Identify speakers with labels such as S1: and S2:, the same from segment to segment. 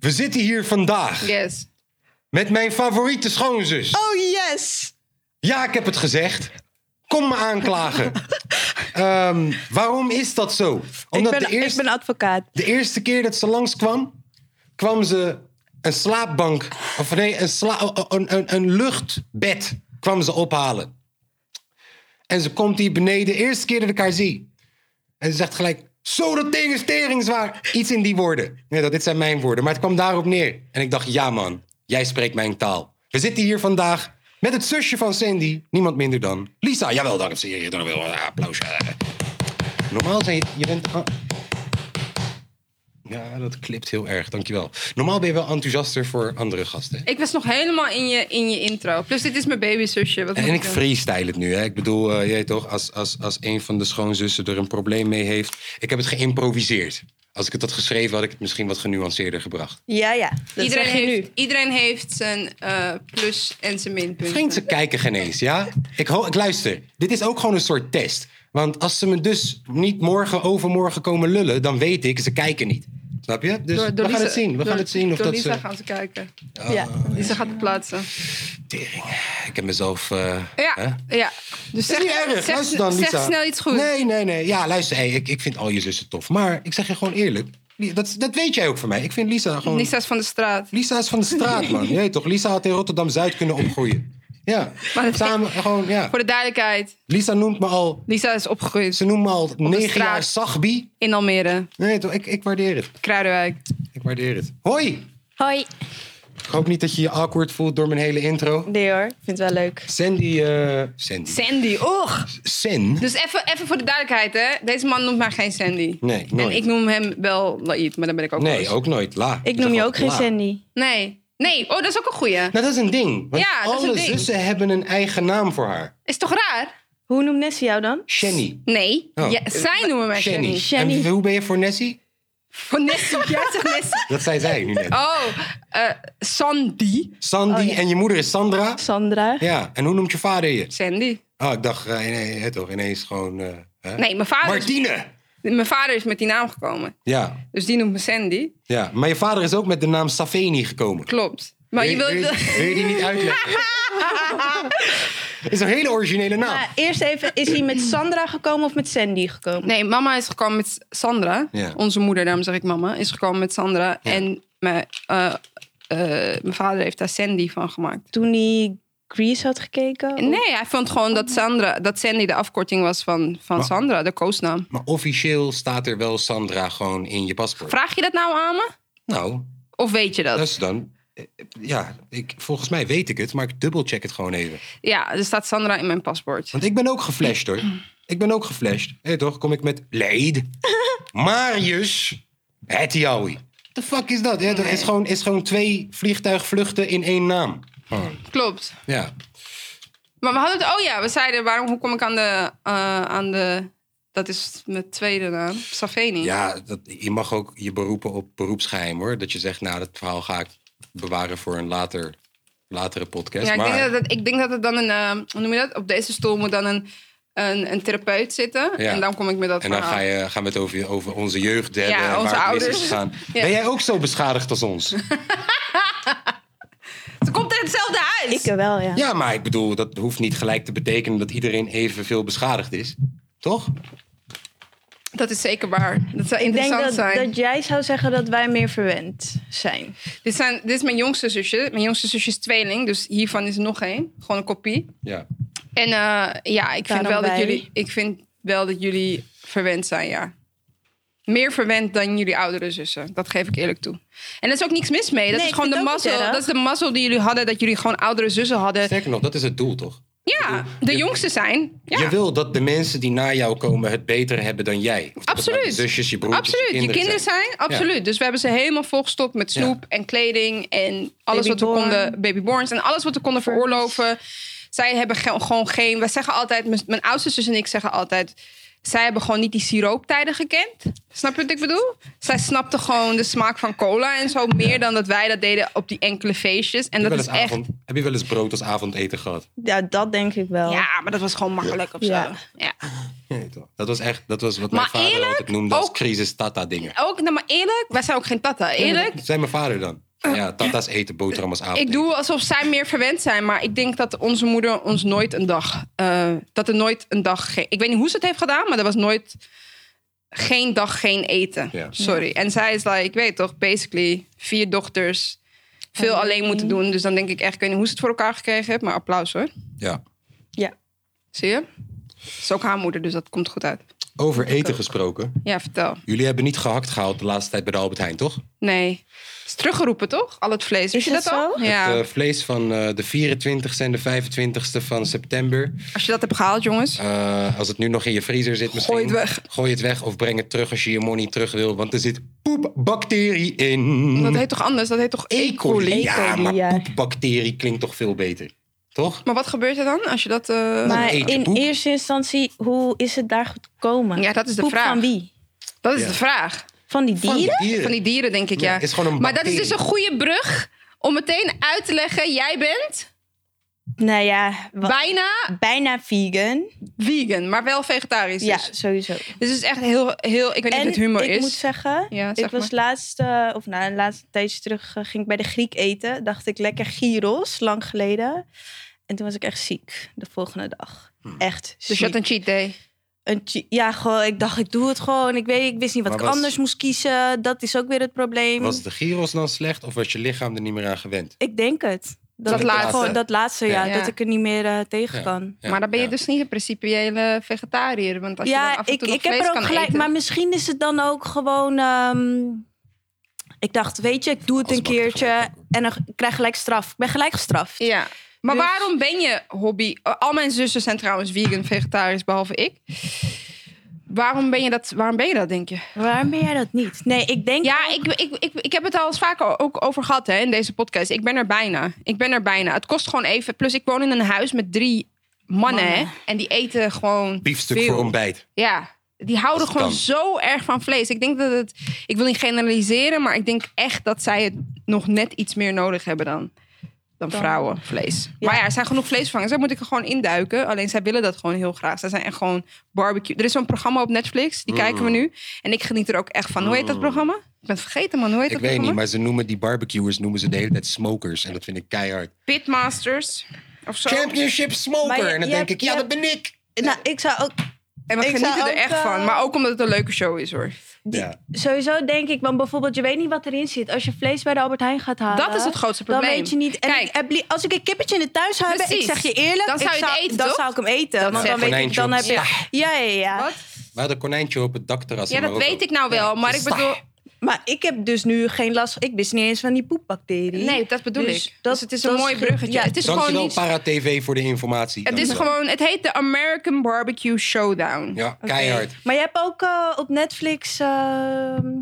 S1: We zitten hier vandaag
S2: Yes.
S1: met mijn favoriete schoonzus.
S2: Oh yes!
S1: Ja, ik heb het gezegd. Kom me aanklagen. Ehm, waarom is dat zo? Omdat
S2: ik, ben,
S1: de, eerste,
S2: ik ben advocaat.
S1: de eerste keer dat ze langskwam, kwam ze een slaapbank, of nee, een, sla, een, een, een luchtbed kwam ze ophalen. En ze komt hier beneden, de eerste keer dat ik haar zie. En ze zegt gelijk, zo dat ding is teringzwaar. Iets in die woorden. Nee, dat, dit zijn mijn woorden. Maar het kwam daarop neer. En ik dacht, ja man, jij spreekt mijn taal. We zitten hier vandaag met het zusje van Sandy. Niemand minder dan Lisa. Jawel, dames en heren. Dan wel een applaus. Normaal zijn je... Je bent... ah. Ja, dat klipt heel erg. Dankjewel. Normaal ben je wel enthousiaster voor andere gasten.
S2: Ik was nog helemaal in je, in je intro. Plus dit is mijn babyzusje. Wat
S1: En,
S2: moet
S1: ik
S2: doen?
S1: freestyle het nu. Hè? Ik bedoel, eh, je weet toch, als, als, als een van de schoonzussen er een probleem mee heeft. Ik heb het geïmproviseerd. Als ik het had geschreven, had ik het misschien wat genuanceerder gebracht.
S3: Ja, ja. Dat
S2: Iedereen
S3: zeg je
S2: heeft,
S3: nu.
S2: iedereen heeft zijn eh, plus en zijn minpunten.
S1: Vriend, ze kijken geen eens, ja? Ik, ho- ik luister. Dit is ook gewoon een soort test. Want als ze me dus niet morgen, overmorgen komen lullen, dan weet ik, ze kijken niet. Snap je? Dus
S2: Door-
S1: we
S2: door
S1: gaan
S2: Lisa-
S1: het zien. We
S2: door-
S1: gaan het zien of
S2: door
S1: dat
S2: Lisa
S1: ze... Oh,
S2: gaan ze kijken.
S3: ja.
S2: Lisa gaat het plaatsen.
S1: Tering. Ik heb mezelf... eh,
S2: Ja,
S1: hè?
S2: ja. Dus
S1: Dat
S2: zeg,
S1: is niet erg.
S2: zeg,
S1: luister dan,
S2: zeg
S1: Lisa.
S2: snel iets goeds.
S1: Nee, nee, nee. Ja, luister. hey, ik, ik vind al je zussen tof. Maar ik zeg je gewoon eerlijk. Li- Dat, dat weet jij ook van mij. Ik vind Lisa gewoon... Lisa,
S2: Lisa is van de straat.
S1: is van de straat, man. Je weet toch? Lisa had in Rotterdam-Zuid kunnen opgroeien. Ja.
S2: Maar dat-
S1: Samen gewoon, ja.
S2: Voor de duidelijkheid,
S1: Lisa noemt me al...
S2: Lisa is opgegroeid
S1: Ze noemt me al negen
S2: straat.
S1: jaar Sagbi.
S2: in Almere,
S1: Nee, toch? Ik, ik waardeer het.
S2: Kruidenwijk.
S1: Ik waardeer het. Hoi!
S3: Hoi.
S1: Ik hoop niet dat je je awkward voelt door mijn hele intro.
S3: Nee hoor, ik vind het wel leuk.
S1: Sandy, eh Sandy.
S2: Sandy, och!
S1: Sen?
S2: Dus even even voor de duidelijkheid, hè. Deze man noemt mij geen Sandy.
S1: Nee,
S2: En
S1: nooit.
S2: ik noem hem wel Laïd, maar dan ben ik ook
S1: Nee,
S2: boos.
S1: ook nooit. La.
S3: Ik noem je
S1: zeg
S3: ook geen
S1: La.
S3: Sandy.
S2: Nee. Nee, oh, dat is ook een goeie.
S1: Nou, dat is een ding. Want
S2: Ja, dat
S1: alle
S2: is een ding.
S1: zussen hebben een eigen naam voor haar.
S2: Is toch raar?
S3: Hoe noemt Nessie jou dan?
S1: Shenny.
S2: Nee.
S1: Oh.
S2: Ja, zij noemen mij
S1: Shenny.
S2: Sandy.
S3: Shenny.
S1: En hoe ben je voor Nessie?
S2: Voor Nessie, jij zegt Nessie.
S1: Dat zei zij nu net.
S2: Oh, eh Sandy.
S1: Sandy
S3: Oh, ja.
S1: en je moeder is Sandra.
S3: Sandra.
S1: Ja, en hoe noemt je vader je?
S2: Sandy.
S1: Oh, ik dacht eh, nee, hè, toch ineens gewoon... eh, hè?
S2: Nee, mijn vader, is,
S1: Martine!
S2: mijn vader is met die naam gekomen.
S1: Ja,
S2: Dus die noemt me Sandy.
S1: ja, maar je vader is ook met de naam Safeni gekomen.
S2: Klopt. Maar je
S1: wil,
S2: wil...
S1: wil- wil je die niet uitleggen? is een hele originele naam.
S3: Maar eerst even, is hij met Sandra gekomen of met Sandy gekomen?
S2: Nee, mama is gekomen met Sandra.
S1: Ja.
S2: Onze moeder, daarom zeg ik mama, is gekomen met Sandra. En mijn, eh, eh, mijn vader heeft daar Sandy van gemaakt.
S3: Toen hij Grease had
S1: Oh.
S3: gekeken? of-
S2: Nee, hij vond gewoon dat, Sandra, dat Sandy de afkorting was van, van
S1: Maar-
S2: Sandra, de koosnaam.
S1: Maar officieel staat er wel Sandra gewoon in je paspoort.
S2: Vraag je dat nou aan me?
S1: nou,
S2: Of weet je dat?
S1: Luister dan. Eh, Ja, ik, volgens mij weet ik het, maar ik dubbelcheck het gewoon even.
S2: Ja, er staat Sandra in mijn paspoort.
S1: Want ik ben ook geflasht hoor. Ik ben ook geflasht. Hé toch, kom ik met Leid, Marius, Hetiawi. The fuck is dat? Ja, dat is gewoon, is gewoon twee vliegtuigvluchten in één naam. Gewoon,
S2: Klopt.
S1: Ja.
S2: Maar we hadden het... Oh ja, we zeiden, waarom, hoe kom ik aan de... eh, aan de dat is mijn tweede naam, Saveni.
S1: ja dat, je mag ook je beroepen op beroepsgeheim hoor. Dat je zegt, nou dat verhaal ga ik bewaren voor een later, latere podcast.
S2: Ja, ik,
S1: maar,
S2: denk dat het, ik denk dat het dan een, eh, hoe noem je dat? Op deze stoel moet dan een, een, een therapeut zitten.
S1: Ja.
S2: En dan kom ik met dat
S1: En dan
S2: verhaal.
S1: ga je, gaan we het over, over onze jeugd hebben.
S2: Ja,
S1: en
S2: onze
S1: waar het mis
S2: ouders.
S1: is gegaan.
S2: Ja.
S1: Ben jij ook zo beschadigd als ons?
S2: Ze komt in hetzelfde huis.
S3: Ik wel, ja.
S1: ja, maar ik bedoel, dat hoeft niet gelijk te betekenen dat iedereen evenveel beschadigd is. Toch?
S2: Dat is zeker waar. Dat zou
S3: Ik denk
S2: interessant
S3: dat,
S2: zijn.
S3: dat jij zou zeggen dat wij meer verwend zijn.
S2: Dit, zijn. dit is mijn jongste zusje. Mijn jongste zusje is tweeling. Dus hiervan is er nog één. Gewoon een kopie.
S1: Ja.
S2: En eh, ja, ik vind,
S3: Daarom
S2: wel dat
S3: wij.
S2: jullie, ik vind wel dat jullie verwend zijn, ja. Meer verwend dan jullie oudere zussen. Dat geef ik eerlijk toe. En er is ook niks mis mee. Dat
S3: Nee,
S2: is
S3: ik
S2: gewoon de
S3: vind het ook niet
S2: mazzel.
S3: erg.
S2: Dat is de mazzel die jullie hadden. Dat jullie gewoon oudere zussen hadden.
S1: Sterker nog, dat is het doel, toch?
S2: Ja, de jongste zijn. Ja,
S1: Je wil dat de mensen die na jou komen het beter hebben dan jij. Of dat het nou
S2: absoluut.
S1: Je zusjes, je broertjes,
S2: absoluut.
S1: je kinderen zijn.
S2: zijn. Absoluut. Dus we hebben ze helemaal volgestopt met snoep en kleding en alles wat we
S3: Babyborn.
S2: konden, babyborns en alles wat we konden veroorloven. Zij hebben ge- gewoon geen. Wij zeggen altijd, mijn- mijn oudste zus en ik zeggen altijd. Zij hebben gewoon niet die sirooptijden gekend. Snap je wat ik bedoel? Zij snapten gewoon de smaak van cola en zo meer dan dat wij dat deden op die enkele feestjes. En
S1: Heb
S2: dat
S1: je
S2: is
S1: wel eens
S2: echt.
S1: avond- Heb je wel eens brood als avondeten gehad?
S3: Ja, dat denk ik wel.
S2: Ja, maar dat was gewoon makkelijk of zo.
S3: Ja.
S2: Ja.
S1: Nee, toch? Dat was echt dat was wat
S2: Maar
S1: mijn vader
S2: eerlijk,
S1: altijd noemde als
S2: ook-
S1: crisis tata dingen.
S2: Ook, nou, maar eerlijk, wij zijn ook geen tata. Eerlijk,
S1: Zijn mijn vader dan? Ja, tata's eten boterham als avond.
S2: ik doe alsof zij meer verwend zijn, maar ik denk dat onze moeder ons nooit een dag, eh, dat er nooit een dag geen, ik weet niet hoe ze het heeft gedaan, maar er was nooit geen dag geen eten.
S1: Ja.
S2: Sorry. En zij is like, ik weet toch, basically vier dochters, veel
S3: Alleen.
S2: alleen moeten doen, dus dan denk ik echt, ik weet niet hoe ze het voor elkaar gekregen heeft, maar applaus hoor.
S1: Ja.
S3: Ja.
S2: Zie je? Het is ook haar moeder, dus dat komt goed uit.
S1: Over eten gesproken.
S2: Ja, vertel.
S1: Jullie hebben niet gehakt gehaald de laatste tijd bij de Albert Heijn, toch?
S2: Nee. Is teruggeroepen toch? Al het vlees. Wist
S3: Is
S2: je dat
S3: dat
S2: al?
S3: zo?
S2: Ja.
S1: Het eh, vlees van eh, de 24ste en de 25ste van september.
S2: Als je dat hebt gehaald, jongens.
S1: Eh, als het nu nog in je vriezer zit misschien.
S2: Gooi het weg.
S1: Gooi het weg of breng het terug als je je money terug wil. Want er zit poepbacterie in.
S2: Dat heet toch anders? Dat heet toch E. coli?
S1: Ja,
S3: E. coli,
S1: maar
S3: ja.
S1: poepbacterie klinkt toch veel beter. Toch?
S2: Maar wat gebeurt er dan als je dat... eh,
S3: Maar
S1: eet je
S3: in
S1: poep.
S3: eerste instantie, hoe is het daar gekomen?
S2: Ja, dat is de
S3: Poep
S2: vraag.
S3: van wie?
S2: Dat is
S1: Ja.
S2: de vraag.
S3: Van die
S1: Van
S3: dieren?
S2: Van die dieren, denk ik,
S1: Ja,
S2: ja.
S1: is gewoon een
S2: maar dat is dus
S1: bacterie.
S2: een goede brug om meteen uit te leggen... jij bent
S3: Nou ja, wa-
S2: bijna
S3: bijna vegan.
S2: vegan, maar wel vegetarisch.
S3: Ja,
S2: Dus.
S3: sowieso.
S2: dus het is echt heel... heel ik weet niet of
S3: En
S2: het humor
S3: ik
S2: is.
S3: moet zeggen,
S2: Ja, zeg
S3: ik was
S2: maar.
S3: laatst, eh, of nou, een laatste tijdje terug eh, ging ik bij de Griek eten. Dacht ik lekker gyros, lang geleden. En toen was ik echt ziek de volgende dag.
S1: Hmm.
S3: Echt
S2: Dus
S3: ziek.
S2: je had een cheat day.
S3: Een chi- ja, gewoon, ik dacht, ik doe het gewoon. Ik, weet, ik wist niet wat
S1: Maar
S3: ik
S1: was-
S3: anders moest kiezen. Dat is ook weer het probleem.
S1: Was de gyros dan slecht of was je lichaam er niet meer aan gewend?
S3: Ik denk het. Dat,
S2: Dat
S3: ik
S2: laatste.
S3: Gewoon, dat laatste, ja,
S2: Ja.
S3: Dat ik er niet meer eh, tegen
S1: Ja.
S3: kan.
S1: Ja,
S2: maar dan ben je
S1: ja.
S2: dus niet een principiële vegetariër. Want als je dan
S3: Ja,
S2: af en
S3: ik,
S2: toe nog
S3: ik heb
S2: vlees
S3: er ook
S2: kan
S3: gelijk.
S2: eten-
S3: Maar misschien is het dan ook gewoon... ehm, ik dacht, weet je, ik doe het
S1: Alles
S3: een
S1: mag tegelijk
S3: keertje. En dan ik krijg gelijk straf. Ik ben gelijk gestraft.
S2: Ja. Maar
S3: Dus-
S2: waarom ben je hobby... eh, Al mijn zussen zijn trouwens vegan, vegetarisch, behalve ik. Waarom ben je dat, waarom ben je dat denk je?
S3: Waarom ben jij dat niet? Nee, ik denk...
S2: Ja, ik, ik, ik, ik heb het al eens vaker ook over gehad hè, in deze podcast. Ik ben er bijna. Ik ben er bijna. Het kost gewoon even. Plus ik woon in een huis met drie mannen. Hè,
S3: Mannen.
S2: en die eten gewoon
S1: Biefstuk
S2: veel.
S1: voor ontbijt.
S2: Ja, die houden
S1: Als het
S2: gewoon
S1: kan.
S2: zo erg van vlees. Ik denk dat het... Ik wil niet generaliseren, maar ik denk echt dat zij het nog net iets meer nodig hebben dan... Dan
S3: Dan-
S2: vrouwenvlees.
S3: Ja.
S2: Maar ja, er zijn genoeg vleesvervangers. Daar moet ik er gewoon induiken. Alleen zij willen dat gewoon heel graag. Zij zijn echt gewoon barbecue. Er is zo'n programma op Netflix.
S1: Mm.
S2: Die kijken we nu. En ik geniet er ook echt van. Hoe heet dat programma? Ik ben het vergeten, man. Hoe heet
S1: Ik
S2: dat
S1: weet niet,
S2: programma?
S1: maar ze noemen die barbecuers noemen ze de hele tijd smokers. En dat vind ik keihard.
S2: Pitmasters. Of zo.
S1: Championship smoker.
S3: Maar je-
S1: en dan
S3: je
S1: denk
S3: hebt-
S1: ik,
S3: je
S1: ja, dat
S3: hebt-
S1: ben ik.
S3: Nou, ik zou ook...
S2: En we
S3: Ik zou
S2: genieten er
S3: ook,
S2: echt van.
S3: eh,
S2: Maar ook omdat het een leuke show is, hoor.
S3: die-
S1: Ja.
S3: Sowieso denk ik, want bijvoorbeeld, je weet niet wat erin zit. Als je vlees bij de Albert Heijn gaat halen...
S2: Dat is het grootste
S3: Dan
S2: probleem.
S3: weet je niet... En
S2: Kijk.
S3: ik heb li- als ik een kippetje in het thuis heb, ik
S2: Precies.
S3: zeg je eerlijk...
S2: Dan zou
S3: ik
S2: je het eten,
S3: Dan
S2: toch?
S3: zou ik hem eten.
S2: Dat
S3: want dan
S2: zeg-
S3: weet ik, dan heb
S1: Konijntje
S3: je... Ja, ja, ja.
S2: Wat?
S1: We hadden een konijntje op het dakterras.
S2: Ja,
S1: in
S2: dat
S1: Marokko.
S2: weet ik nou wel. Maar ik
S1: Sta.
S2: bedoel...
S3: Maar ik heb dus nu geen last... Ik wist niet eens van die poepbacterie.
S2: Nee, dat bedoel
S3: Dus
S2: ik.
S3: dat-
S2: dus het is een
S3: dat
S2: mooi
S3: is ge-
S2: bruggetje.
S3: ja.
S2: het is gewoon
S1: Dankjewel,
S2: niet...
S1: Para TV, voor de informatie.
S2: Het is
S1: Dankjewel.
S2: gewoon... Het heet de American Barbecue Showdown.
S1: Ja, keihard.
S3: Maar je hebt ook eh, op Netflix... ehm,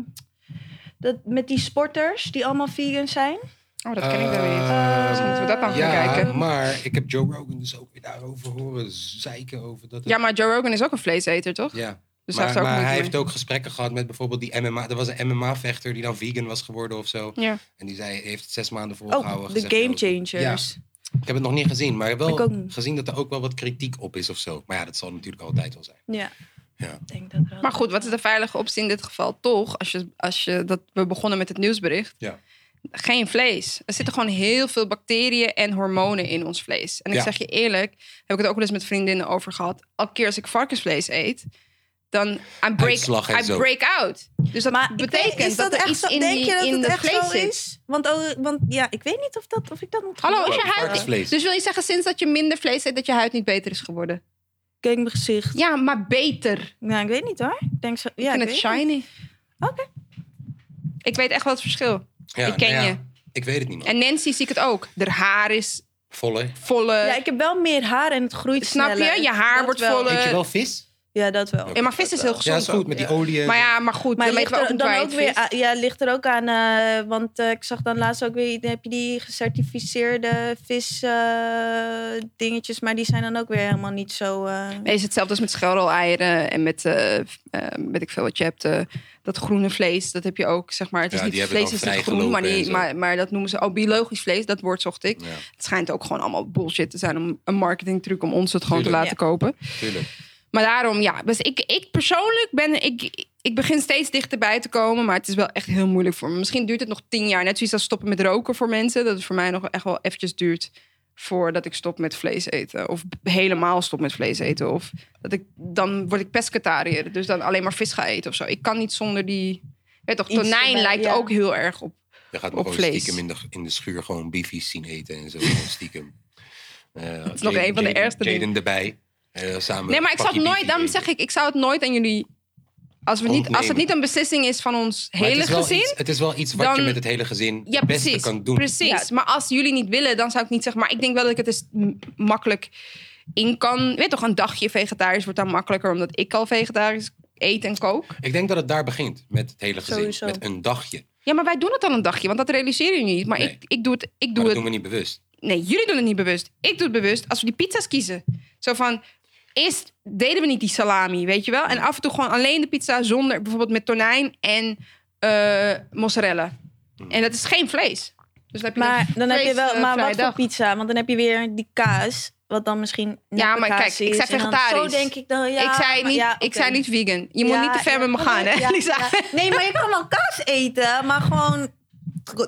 S3: dat, met die sporters die allemaal vegan zijn.
S2: Oh, dat ken ik dan
S1: Eh,
S2: niet. Dus moeten we dat dan gaan
S1: Ja,
S2: kijken.
S1: maar ik heb Joe Rogan dus ook weer daarover horen zeiken over dat. het-
S2: Ja, maar Joe Rogan is ook een vleeseter, toch?
S1: Ja.
S2: Dus hij
S1: maar
S2: heeft ook
S1: maar
S2: moeite
S1: hij
S2: mee.
S1: heeft ook gesprekken gehad met bijvoorbeeld die MMA. Er was een MMA-vechter die dan vegan was geworden of zo.
S2: Ja.
S1: En die zei, heeft het zes maanden volgehouden.
S3: Oh, de
S1: gezegd, "Yo,
S3: Game Changers.
S1: ja, ik heb het nog niet gezien, maar
S3: Ik ook
S1: wel
S3: niet.
S1: gezien dat er ook wel wat kritiek op is of zo. Maar ja, dat zal natuurlijk altijd wel zijn.
S3: Ja.
S1: Ja.
S3: Ik denk dat er
S2: Maar goed, wat is de veilige optie in dit geval? Toch, als je, als je, dat, we begonnen met het nieuwsbericht.
S1: Ja.
S2: Geen vlees. Er zitten gewoon heel veel bacteriën en hormonen in ons vlees. En ik
S1: Ja.
S2: zeg je eerlijk, heb ik het ook wel eens met vriendinnen over gehad. Elke keer als ik varkensvlees eet, dan I break,
S1: Uitslag en
S2: I
S1: zo.
S2: break out. Dus dat
S3: Maar ik
S2: betekent
S3: weet- is
S2: dat, er
S3: echt
S2: iets
S3: zo-
S2: in,
S3: denk
S2: die,
S3: je dat
S2: in
S3: het
S2: de
S3: echt
S2: vlees
S3: zo
S2: zit.
S3: is? Want, oh, want ja, ik weet niet of, dat, of ik dat moet
S2: Hallo, is
S3: geloven.
S2: je huid...
S1: Varkensvlees.
S2: Dus wil je zeggen, sinds dat je minder vlees eet, dat je huid niet beter is geworden?
S3: Kijk mijn gezicht.
S2: Ja, maar beter.
S3: Nou, ik weet niet hoor. Ik denk zo... Ja,
S2: ik vind
S3: ik
S2: het
S3: weet niet.
S2: shiny.
S3: Oké.
S2: Ik weet echt wel het verschil.
S1: Ja,
S2: Ik ken
S1: nou ja,
S2: je.
S1: Ik weet het niet, man.
S2: En Nancy zie ik het ook. De haar is
S1: Volle.
S2: volle.
S3: Ja, ik heb wel meer haar en het groeit
S2: Snap je?
S3: sneller.
S2: Je haar
S3: Dat
S2: wordt
S3: wel.
S2: voller.
S1: Eet je wel vis?
S3: Ja, dat wel.
S2: Ja, maar vis is heel gezond.
S1: Ja, is goed, met die olie. en
S2: Maar
S1: zo.
S2: ja, maar goed,
S3: Maar
S2: dan
S3: ligt
S2: weten we
S3: er
S2: ook
S3: dan
S2: niet
S3: ook weer, aan- ja, ligt er ook aan, eh, want eh, ik zag dan laatst ook weer, heb je die gecertificeerde vis eh, dingetjes, maar die zijn dan ook weer helemaal niet zo. eh,
S2: Nee, is hetzelfde als met schelrol-eieren en met, eh, eh, weet ik veel wat je hebt, eh, dat groene vlees, dat heb je ook, zeg maar. Het is
S1: Ja,
S2: niet,
S1: die
S2: het
S1: hebben
S2: vlees
S1: dan
S2: is niet groen,
S1: vrijgelopen
S2: maar,
S1: en
S2: niet,
S1: zo.
S2: maar, maar dat noemen ze, oh, biologisch vlees, dat woord zocht ik.
S1: Ja,
S2: Het schijnt ook gewoon allemaal bullshit te zijn om een marketingtruc om ons het gewoon
S1: Tuurlijk.
S2: te laten kopen.
S1: tuurlijk.
S2: Maar daarom, ja, dus ik, ik persoonlijk ben, ik, ik begin steeds dichterbij te komen, maar het is wel echt heel moeilijk voor me. Misschien duurt het nog tien jaar, net zoiets als stoppen met roken voor mensen, dat het voor mij nog echt wel eventjes duurt voordat ik stop met vlees eten. Of b- helemaal stop met vlees eten. Of dat ik, dan word ik pescatariër, dus dan alleen maar vis ga eten of zo. Ik kan niet zonder die... Ja, toch,
S3: Iets
S2: tonijn
S3: erbij,
S2: lijkt
S3: ja.
S2: ook heel erg op.
S1: Je gaat me
S2: Op
S1: gewoon
S2: vlees.
S1: stiekem in de, in de schuur gewoon beefies zien eten en zo. gewoon stiekem. Eh,
S2: is nog
S1: Jaden-
S2: een van de
S1: Jaden-
S2: ergste dingen.
S1: Jaden erbij. eh, samen
S2: Nee, maar ik
S1: een
S2: zou het
S1: pakje
S2: nooit, daarom
S1: beefie
S2: zeg ik, ik zou het nooit aan jullie... Als, we niet, als het
S1: Ontnemen.
S2: niet een beslissing is van ons
S1: eten. Maar
S2: hele
S1: het is wel
S2: gezin...
S1: iets- het is wel iets wat je
S2: dan-
S1: met het hele gezin
S2: Ja,
S1: het beste
S2: precies.
S1: kan doen.
S2: Precies.
S3: Ja.
S2: Maar als jullie niet willen, dan zou ik niet zeggen. Maar ik denk wel dat ik het dus m- makkelijk in kan. Weet toch, een dagje vegetarisch wordt dan makkelijker omdat ik al vegetarisch eet en kook.
S1: Ik denk dat het daar begint met het hele gezin.
S3: Sowieso.
S1: Met een dagje.
S2: Ja, maar wij doen het dan een dagje, want dat realiseren jullie niet. Maar
S1: Nee.
S2: ik, ik doe het. Ik
S1: Maar
S2: doe
S1: dat
S2: het.
S1: doen we niet bewust.
S2: Nee, jullie doen het niet bewust. Ik doe het bewust als we die pizza's kiezen. Zo van. Eerst deden we niet die salami, weet je wel? En af en toe gewoon alleen de pizza zonder bijvoorbeeld met tonijn en eh, mozzarella.
S1: Hmm.
S2: En dat is geen vlees. Dus dan heb je
S3: maar
S2: een eh,
S3: dan heb je wel, maar
S2: vleesvrije
S3: wat voor
S2: dag.
S3: pizza? Want dan heb je weer die kaas, wat dan misschien. neppe
S2: maar
S3: kaas
S2: kijk, ik
S3: is.
S2: zei
S3: En dan-
S2: vegetarisch.
S3: Zo denk ik dan, ja.
S2: ik, zei
S3: maar-
S2: niet,
S3: ja,
S2: ik
S3: oké.
S2: zei niet vegan. Je moet
S3: Ja,
S2: niet te ver
S3: ja,
S2: met me
S3: kan
S2: gaan,
S3: ook,
S2: hè,
S3: ja,
S2: Lisa?
S3: ja. Nee, maar je kan wel kaas eten, maar gewoon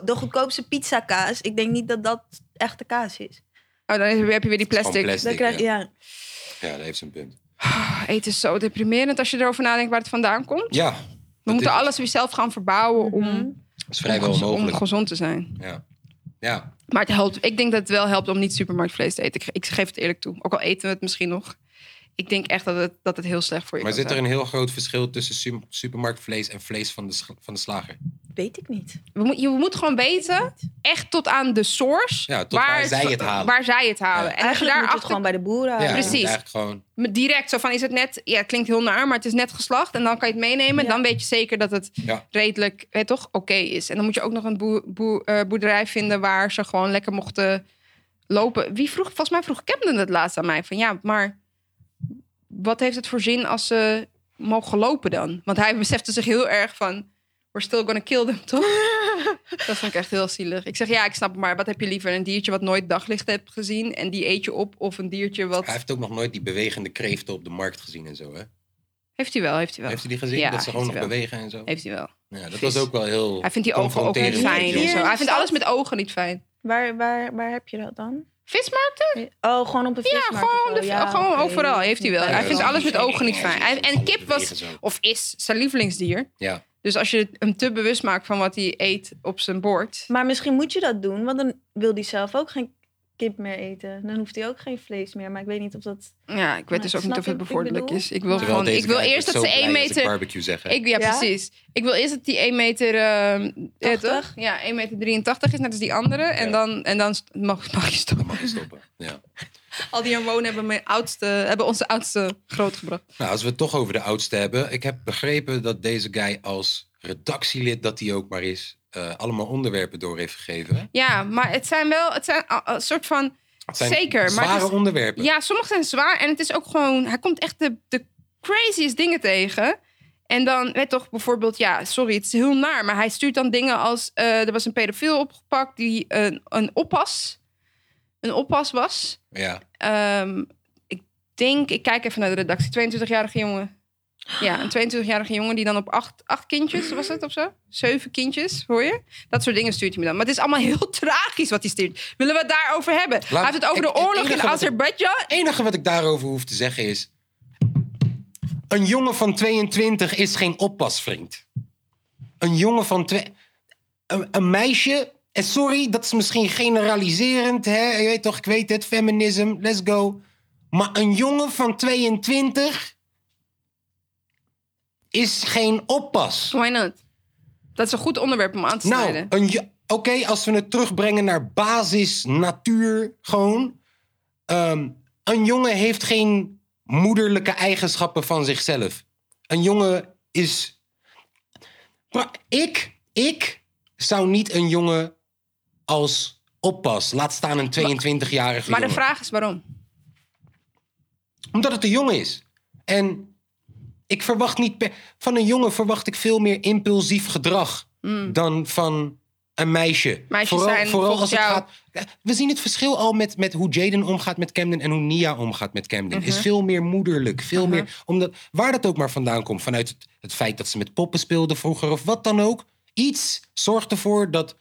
S3: de goedkoopste pizzakaas. Ik denk niet dat dat echte kaas is.
S2: Oh, dan heb je weer die plastic.
S1: Gewoon plastic,
S3: Dan krijg,
S1: ja.
S3: ja.
S1: Ja, dat heeft zijn punt.
S2: Oh, eten is zo deprimerend als je erover nadenkt waar het vandaan komt.
S1: Ja.
S2: We moeten alles weer zelf gaan verbouwen om,
S3: Mhm.
S1: is vrijwel
S2: om, om
S1: onmogelijk.
S2: gezond te zijn.
S1: Ja. Ja.
S2: Maar het helpt, ik denk dat het wel helpt om niet supermarktvlees te eten. Ik, ik geef het eerlijk toe. Ook al eten we het misschien nog. Ik denk echt dat het, dat het heel slecht voor je
S1: Maar
S2: kan
S1: zit er een heel groot verschil tussen su- supermarktvlees en vlees van de, sch- van de slager?
S3: Weet ik niet.
S2: zijn. We moet, je moet gewoon weten, echt tot aan de source...
S1: Ja, tot waar zij het halen.
S2: Waar zij het halen. En als je
S3: Eigenlijk moet
S2: daar
S3: je het
S2: achter
S3: gewoon bij de boeren
S1: Ja,
S3: houden.
S1: je moet
S2: precies.
S1: Eigenlijk gewoon
S2: me- direct zo van is het net, ja, het klinkt heel naar, maar het is net geslacht en dan kan je het meenemen.
S3: Ja.
S2: Dan weet je zeker dat het
S1: Ja.
S2: redelijk, weet toch, oké is. En dan moet je ook nog een boe- boe- eh, boerderij vinden waar ze gewoon lekker mochten lopen. Wie vroeg, volgens mij vroeg Camden het laatst aan mij van ja, maar wat heeft het voor zin als ze mogen lopen dan? Want hij besefte zich heel erg van we're still gonna kill them, toch? Dat vond ik echt heel zielig. Ik zeg ja, ik snap, het, maar wat heb je liever? Een diertje wat nooit daglicht hebt gezien en die eet je op, of een diertje wat
S1: Hij heeft ook nog nooit die bewegende kreeften op de markt gezien en zo, hè?
S2: Heeft hij wel, heeft hij wel.
S1: Heeft hij die gezien?
S2: Ja,
S1: dat ze gewoon
S2: heeft
S1: nog
S2: hij wel.
S1: bewegen en zo?
S2: Heeft hij wel.
S1: Ja, dat
S2: Vis.
S1: was ook wel heel...
S2: Hij vindt die ogen ook niet
S1: confronterend,
S2: fijn.
S1: joh.
S2: En
S3: Hier
S2: zo.
S3: in
S2: Hij
S3: de
S2: vindt
S3: stad?
S2: alles met ogen niet fijn.
S3: Waar, waar, waar heb je dat dan?
S2: Vismarkt?
S3: Oh, gewoon op een
S2: Ja,
S3: vismarkt of
S2: gewoon,
S3: zo.
S2: de,
S3: Ja,
S2: gewoon
S3: oké.
S2: overal heeft hij wel.
S3: Ja,
S2: Hij vindt
S1: dat
S2: alles
S1: is
S2: met
S1: niet-
S2: ogen niet fijn. Hij- en kip was,
S1: Bewegen zo.
S2: of is, zijn lievelingsdier.
S1: Ja.
S2: Dus als je hem te bewust maakt van wat hij eet op zijn bord.
S3: Maar misschien moet je dat doen, want dan wil hij zelf ook geen kip meer eten. Dan hoeft hij ook geen vlees meer. Maar ik weet niet of dat...
S2: Ja, ik weet
S3: Maar
S2: dus ook
S3: snap
S2: niet of
S3: je
S2: het
S3: wat ik
S2: bevorderlijk
S3: bedoel?
S2: is. Ik wil
S3: Terwijl
S2: gewoon,
S1: deze
S2: Oh ik wil
S1: guy
S2: eerst
S1: wordt
S2: dat ze
S1: zo
S2: één
S1: blij als ik
S2: meter...
S1: barbecue zeggen.
S2: Ik, ja,
S3: Ja?
S2: precies. Ik wil eerst dat die 1 meter... eh, ja,
S3: 80?
S2: toch? Ja, 1 meter 83 is, net als die andere. En
S1: Ja.
S2: dan, en dan st- mag, mag je stoppen.
S1: Dan mag je stoppen. Ja.
S2: Al die hormonen hebben, mijn oudste, hebben onze oudste grootgebracht.
S1: Nou, als we het toch over de oudste hebben. Ik heb begrepen dat deze guy als redactielid, dat hij ook maar is, eh, allemaal onderwerpen door heeft gegeven. hè?
S2: Ja, maar het zijn wel, het zijn a- a- een soort van.
S1: Het zijn
S2: Zeker, maar
S1: zware
S2: het is-
S1: onderwerpen.
S2: Ja, sommige zijn zwaar en het is ook gewoon. Hij komt echt de, de craziest dingen tegen. En dan, weet toch, bijvoorbeeld, ja, sorry, het is heel naar, maar hij stuurt dan dingen als. eh, er was een pedofiel opgepakt die een, een oppas, een oppas was.
S1: Ja.
S2: Ehm, ik denk, ik kijk even naar de redactie, 22-jarige jongen. Ja, een 22-jarige jongen die dan op acht, acht kindjes, was het of zo? Zeven kindjes, hoor je? Dat soort dingen stuurt hij me dan. Maar het is allemaal heel tragisch wat hij stuurt. Willen we het daarover hebben? hij heeft het over
S1: ik- het
S2: de oorlog in
S1: enige wat ik-
S2: Azerbeidzjan.
S1: Het enige wat ik daarover hoef te zeggen is... Een jongen van 22 is geen oppasvriend. Een jongen van... Twe een, een meisje... En sorry, dat is misschien generaliserend. Hè? Je weet toch, ik weet het, feminisme, let's go. Maar een jongen van 22 is geen oppas.
S2: Why not? Dat is een goed onderwerp om aan te
S1: Nou,
S2: snijden.
S1: een jo- oké, als we het terugbrengen naar basis, natuur, gewoon. Ehm, een jongen heeft geen moederlijke eigenschappen van zichzelf. Een jongen is. Maar ik, ik zou niet een jongen als oppas, laat staan een 22-jarige
S2: Maar de
S1: jongen.
S2: vraag is waarom.
S1: Omdat het een jongen is. En ik verwacht niet. pe- Van een jongen verwacht ik veel meer impulsief gedrag dan van een meisje.
S2: Mm. Meisjes zijn volgens jou-
S1: gaat. We zien het verschil al met, met hoe Jaden omgaat met Camden en hoe Nia omgaat met Camden.
S2: Mhm.
S1: Is veel meer moederlijk. Veel meer. Omdat, waar dat ook maar vandaan komt. Vanuit het, het feit dat ze met poppen speelden vroeger of wat dan ook. Iets zorgt ervoor dat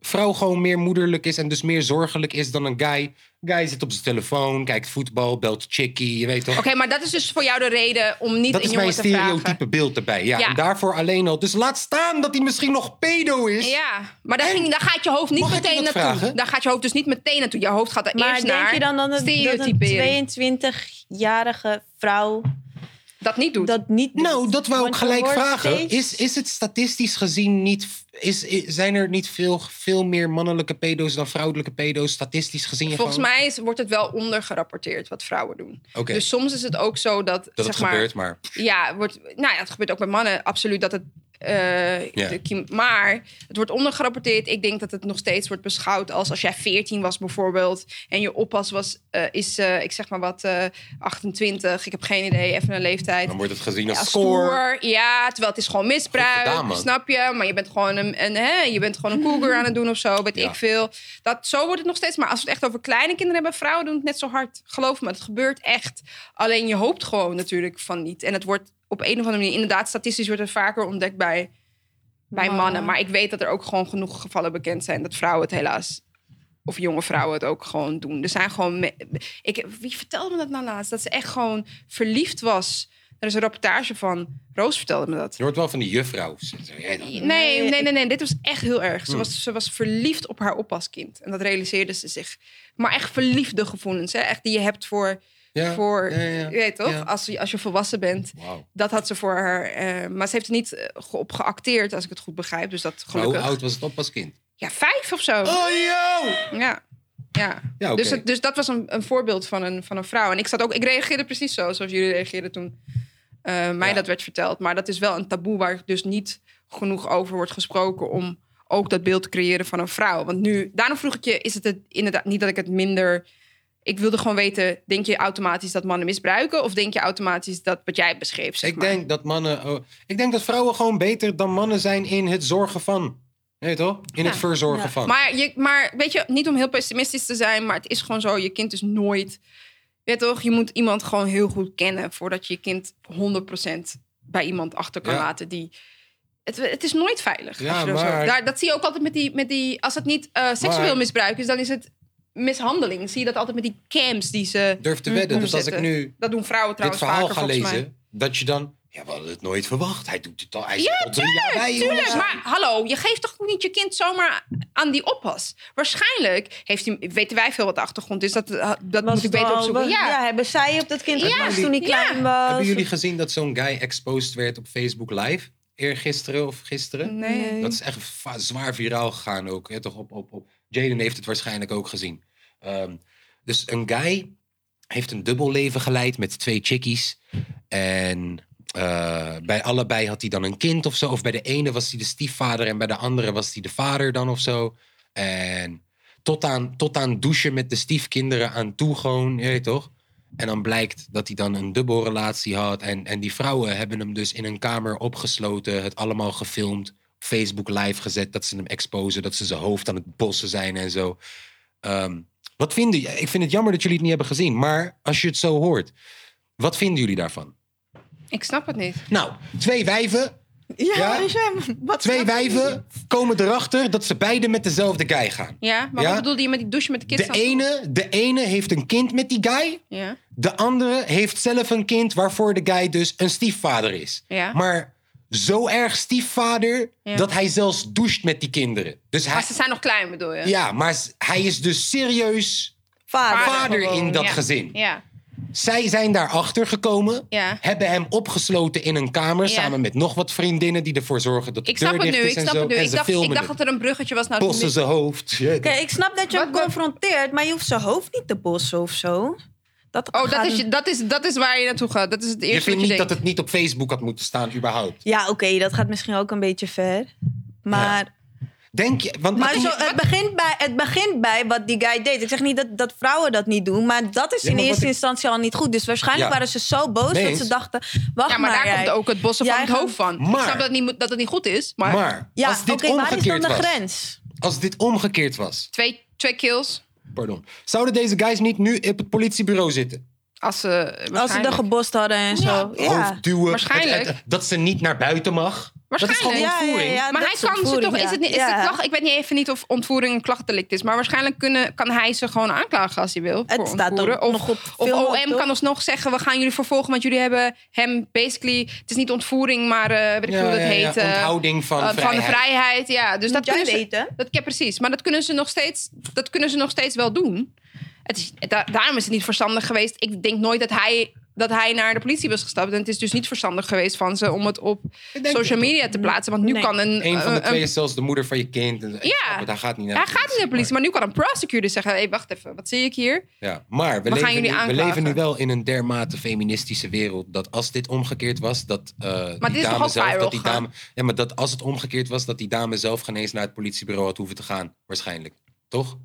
S1: vrouw gewoon meer moederlijk is en dus meer zorgelijk is dan een guy. Guy zit op zijn telefoon, kijkt voetbal, belt chickie, je weet toch?
S2: Oké, maar dat is dus voor jou de reden om niet
S1: dat
S2: een
S1: is
S2: jongen
S1: mijn
S2: te vragen.
S1: stereotype beeld erbij. Ja,
S2: Ja.
S1: En daarvoor alleen al. Dus laat staan dat hij misschien nog pedo is.
S2: Ja, maar daar, ging, daar gaat je hoofd niet
S1: Mag ik je
S2: meteen
S1: wat
S2: naartoe.
S1: vragen?
S2: Daar gaat je hoofd dus niet meteen naartoe. Je hoofd gaat er
S3: Maar
S2: eerst
S3: denk
S2: naar
S3: je dan dat een, dat een
S2: stereotypering.
S3: 22-jarige vrouw
S2: Dat niet doet.
S3: dat niet doet?
S1: Nou, dat wou ik
S3: Want je
S1: gelijk
S3: wordt
S1: vragen.
S3: steeds-
S1: Is, is het statistisch gezien niet. Is, i- zijn er niet veel, veel meer mannelijke pedo's dan vrouwelijke pedo's? Statistisch gezien?
S2: Volgens
S1: gewoon?
S2: mij is, wordt het wel ondergerapporteerd wat vrouwen doen.
S1: Oké.
S2: Dus soms is het ook zo dat,
S1: Dat
S2: zeg
S1: het
S2: maar,
S1: gebeurt, maar.
S2: Ja, wordt, nou ja, het gebeurt ook bij mannen, absoluut. Dat het, eh,
S1: Ja.
S2: de kiem- maar het wordt ondergerapporteerd. Ik denk dat het nog steeds wordt beschouwd als als jij 14 was bijvoorbeeld... en je oppas was, eh, is, eh, ik zeg maar wat, eh, 28. Ik heb geen idee, even een leeftijd.
S1: Dan wordt het gezien als
S2: Ja,
S1: score.
S2: stoer. Ja, terwijl het is gewoon misbruik.
S1: Goed gedaan, man.
S2: snap je? Maar je bent gewoon een, een, hè, je bent gewoon een cougar aan het doen of zo. Weet
S1: Ja.
S2: ik veel. Dat, zo wordt het nog steeds. Maar als we het echt over kleine kinderen hebben, vrouwen doen het net zo hard. Geloof me, het gebeurt echt. Alleen je hoopt gewoon natuurlijk van niet. En het wordt op een of andere manier, inderdaad, statistisch wordt het vaker ontdekt bij, bij
S3: Mannen.
S2: mannen. Maar ik weet dat er ook gewoon genoeg gevallen bekend zijn dat vrouwen het helaas. Of jonge vrouwen het ook gewoon doen. Er zijn gewoon. me- Ik, wie vertelde me dat nou laatst? Dat ze echt gewoon verliefd was. Er is een rapportage van. Roos vertelde me dat.
S1: Je hoort wel van die juffrouw. Ja, dan-
S2: Nee, nee, nee, nee, Dit was echt heel erg.
S1: Hmm.
S2: Ze, was, ze was verliefd op haar oppaskind. En dat realiseerde ze zich. Maar echt verliefde gevoelens. Hè? Echt die je hebt voor.
S1: Ja,
S2: voor
S1: ja, ja.
S2: Je weet toch?
S1: Ja.
S2: Als, je- als je volwassen bent.
S1: Wauw.
S2: Dat had ze voor haar. eh, maar ze heeft er niet eh, ge- op geacteerd, als ik het goed begrijp. Dus dat
S1: Maar hoe
S2: gelukkig.
S1: oud was het op als kind?
S2: Ja, vijf of zo.
S1: Oh, yo!
S2: Ja. Ja.
S1: Ja, oké.
S2: dus, het- dus dat was een, een voorbeeld van een, van een vrouw. En ik, zat ook, ik reageerde precies zo, zoals jullie reageerden toen eh, mij
S1: Ja.
S2: dat werd verteld. Maar dat is wel een taboe waar dus niet genoeg over wordt gesproken om ook dat beeld te creëren van een vrouw. Want nu, daarom vroeg ik je, is het, het inderdaad niet dat ik het minder... Ik wilde gewoon weten, denk je automatisch dat mannen misbruiken? Of denk je automatisch dat wat jij beschreef, zeg
S1: ik
S2: maar?
S1: denk dat mannen. oh, ik denk dat vrouwen gewoon beter dan mannen zijn in het zorgen van. Nee, toch? In
S2: Ja.
S1: het verzorgen
S3: Ja.
S1: van.
S2: Maar, je, maar weet je, niet om heel pessimistisch te zijn, maar het is gewoon zo. Je kind is nooit. Weet toch, je moet iemand gewoon heel goed kennen voordat je je kind 100% bij iemand achter kan
S1: Ja.
S2: laten die. Het, het is nooit veilig.
S1: Ja,
S2: als je dat,
S1: maar-
S2: zo, daar, dat zie je ook altijd met die. Met die als het niet eh, seksueel
S1: Maar-
S2: misbruik is, dan is het mishandeling. Zie je dat altijd met die cams die ze.
S1: Durf te wedden. Dus als ik
S2: omzetten.
S1: nu
S2: Dat doen
S1: dit
S2: vrouwen trouwens
S1: verhaal
S2: vaker,
S1: ga
S2: volgens
S1: lezen,
S2: mij.
S1: dat je dan. Ja, we hadden het nooit verwacht. Hij doet het al. Hij
S2: Ja,
S1: zit al drie jaar bij
S2: Tuurlijk,
S1: ons.
S2: Dus maar hallo, je geeft toch niet je kind zomaar aan die oppas? Waarschijnlijk heeft hij, weten wij veel wat de achtergrond is. Dat, eh, dat
S3: Was eh,
S2: moet ik beter
S3: wel-
S2: opzoeken. Ja.
S3: ja, hebben zij op dat kind
S2: Ja.
S3: gepast toen hij
S2: Ja.
S3: klein was?
S1: Hebben jullie gezien dat zo'n guy exposed werd op Facebook Live? Eergisteren of gisteren?
S2: Nee.
S1: Dat is echt va- zwaar viraal gegaan ook. Hè? Toch op, op, op. Jaden heeft het waarschijnlijk ook gezien. Ehm, dus een guy heeft een dubbel leven geleid met twee chickies. En eh, bij allebei had hij dan een kind of zo. Of bij de ene was hij de stiefvader en bij de andere was hij de vader dan of zo. En tot aan, tot aan douchen met de stiefkinderen aan toe gewoon, je weet toch? En dan blijkt dat hij dan een dubbelrelatie had. En, en die vrouwen hebben hem dus in een kamer opgesloten. Het allemaal gefilmd. Op Facebook live gezet. Dat ze hem exposen. Dat ze zijn hoofd aan het bossen zijn en zo. Ehm, wat vinden jullie? Ik vind het jammer dat jullie het niet hebben gezien. Maar als je het zo hoort. Wat vinden jullie daarvan?
S2: Ik snap het niet.
S1: Nou, twee wijven. Ja?
S3: dus, eh, wat
S1: Twee
S3: snap je?
S1: wijven komen erachter dat ze beide met dezelfde guy gaan.
S2: Ja, maar
S1: Ja?
S2: wat bedoelde je met die douche met de kids?
S1: De
S2: aan toe?
S1: ene, de ene heeft een kind met die guy.
S2: Ja.
S1: De andere heeft zelf een kind waarvoor de guy dus een stiefvader is.
S2: Ja.
S1: Maar zo erg stiefvader
S2: Ja.
S1: dat hij zelfs doucht met die kinderen. Dus hij,
S2: Maar ze zijn nog klein, bedoel je?
S1: ja, maar s- hij is dus serieus
S3: Vader,
S1: vader
S3: gewoon.
S1: in dat
S2: Ja.
S1: gezin.
S2: Ja.
S1: Zij zijn daarachter gekomen,
S2: Ja.
S1: hebben hem opgesloten in een kamer
S2: Ja.
S1: samen met nog wat vriendinnen die ervoor zorgen dat de
S2: Ik snap
S1: deur
S2: het
S1: dicht
S2: nu,
S1: is
S2: ik
S1: en
S2: snap
S1: zo.
S2: het nu.
S1: En
S2: Ik
S1: ze
S2: dacht, ik
S1: filmen
S2: dacht
S1: het.
S2: dat er een bruggetje was naar
S1: Bossen zijn hoofd.
S3: Oké, ik snap dat je
S2: Wat-
S3: hem
S2: wat-
S3: confronteert, maar je hoeft zijn hoofd niet te bossen of zo. Dat
S2: Oh, dat
S3: gaat
S2: is,
S3: een-
S2: je- dat, is, dat is waar je naartoe gaat. Dat is het
S1: Je
S2: eerste
S1: vindt
S2: wat je
S1: niet
S2: denkt.
S1: dat het niet op Facebook had moeten staan, überhaupt.
S3: Ja, oké, dat gaat misschien ook een beetje ver. Maar,
S1: Denk je, want
S3: maar
S1: ik-
S3: zo,
S2: eh,
S3: het, begint bij, het begint bij wat die guy deed. Ik zeg niet dat, dat vrouwen dat niet doen, maar dat is
S1: Ja,
S3: in
S1: maar wat
S3: eerste
S1: ik-
S3: instantie al niet goed. Dus waarschijnlijk
S1: Ja.
S3: waren ze zo boos
S1: Nee
S3: dat
S1: eens.
S3: ze dachten: wacht
S2: Ja, maar, daar komt ook het bossen van
S3: Jij
S2: het
S3: gaat-
S2: hoofd van.
S1: Maar-
S2: ik snap dat het, niet, moet- dat het niet goed is, maar,
S1: maar,
S3: Ja,
S1: als
S3: oké,
S1: dit
S3: waar is dan
S1: omgekeerd
S3: de
S1: was,
S3: grens?
S1: als dit omgekeerd was,
S2: twee, twee kills
S1: pardon, zouden deze guys niet nu op het politiebureau zitten?
S2: als ze...
S3: Als ze er
S2: waarschijnlijk.
S3: gebost hadden en zo. Oh, Ja.
S1: Hoofd duwen,
S2: Waarschijnlijk.
S1: het- het- dat ze niet naar buiten mag. Dat is gewoon
S2: Waarschijnlijk.
S3: Ja, ja,
S1: ontvoering.
S3: ja,
S2: maar
S3: dat
S2: hij
S3: is
S2: kan ze
S3: ontvoering,
S2: toch... Is
S3: ja.
S2: het niet, is
S3: Ja.
S2: het klacht, ik weet niet even niet of ontvoering een klachtdelict is. Maar waarschijnlijk kunnen, kan hij ze gewoon aanklagen als hij wil. voor
S3: Het staat
S2: ontvoeren.
S3: ook
S2: Of,
S3: nog op
S2: of
S3: film op,
S2: OM
S3: toch?
S2: kan alsnog zeggen... we gaan jullie vervolgen, want jullie hebben hem basically... het is niet ontvoering, maar eh, weet ik
S1: Ja,
S2: hoe dat
S1: ja, ja,
S2: heet... eh,
S1: onthouding van,
S2: eh,
S1: vrijheid.
S2: de vrijheid. Ja, dus dat
S3: Moet jij
S2: kunnen ze,
S3: weten?
S2: Dat, ja, precies. Maar dat kunnen ze nog steeds, dat kunnen ze nog steeds wel doen. Het is, da- daarom is het niet verstandig geweest. Ik denk nooit dat hij, dat hij naar de politie was gestapt. En het is dus niet verstandig geweest van ze om het op
S1: denk
S2: social media te plaatsen. Want nu
S3: Nee.
S2: kan een. eh,
S1: Eén van de
S2: een-
S1: twee is zelfs de moeder van je kind. En, Ik snap het, hij gaat niet naar
S2: hij
S1: de
S2: gaat niet naar de politie, maar nu kan een prosecutor zeggen: hey, wacht even, wat zie ik hier?
S1: Ja, maar we,
S2: We gaan
S1: leven
S2: jullie
S1: nu, we
S2: aanklagen.
S1: leven nu wel in een dermate feministische wereld. Dat als dit omgekeerd was, dat eh,
S2: dit
S1: die
S2: is toch
S1: dame
S2: ook
S1: zelf...
S2: viral
S1: Dat die
S2: gegaan?
S1: dame, ja, maar dat als het omgekeerd was, dat die dame zelf geen eens naar het politiebureau had hoeven te gaan. Waarschijnlijk. Toch?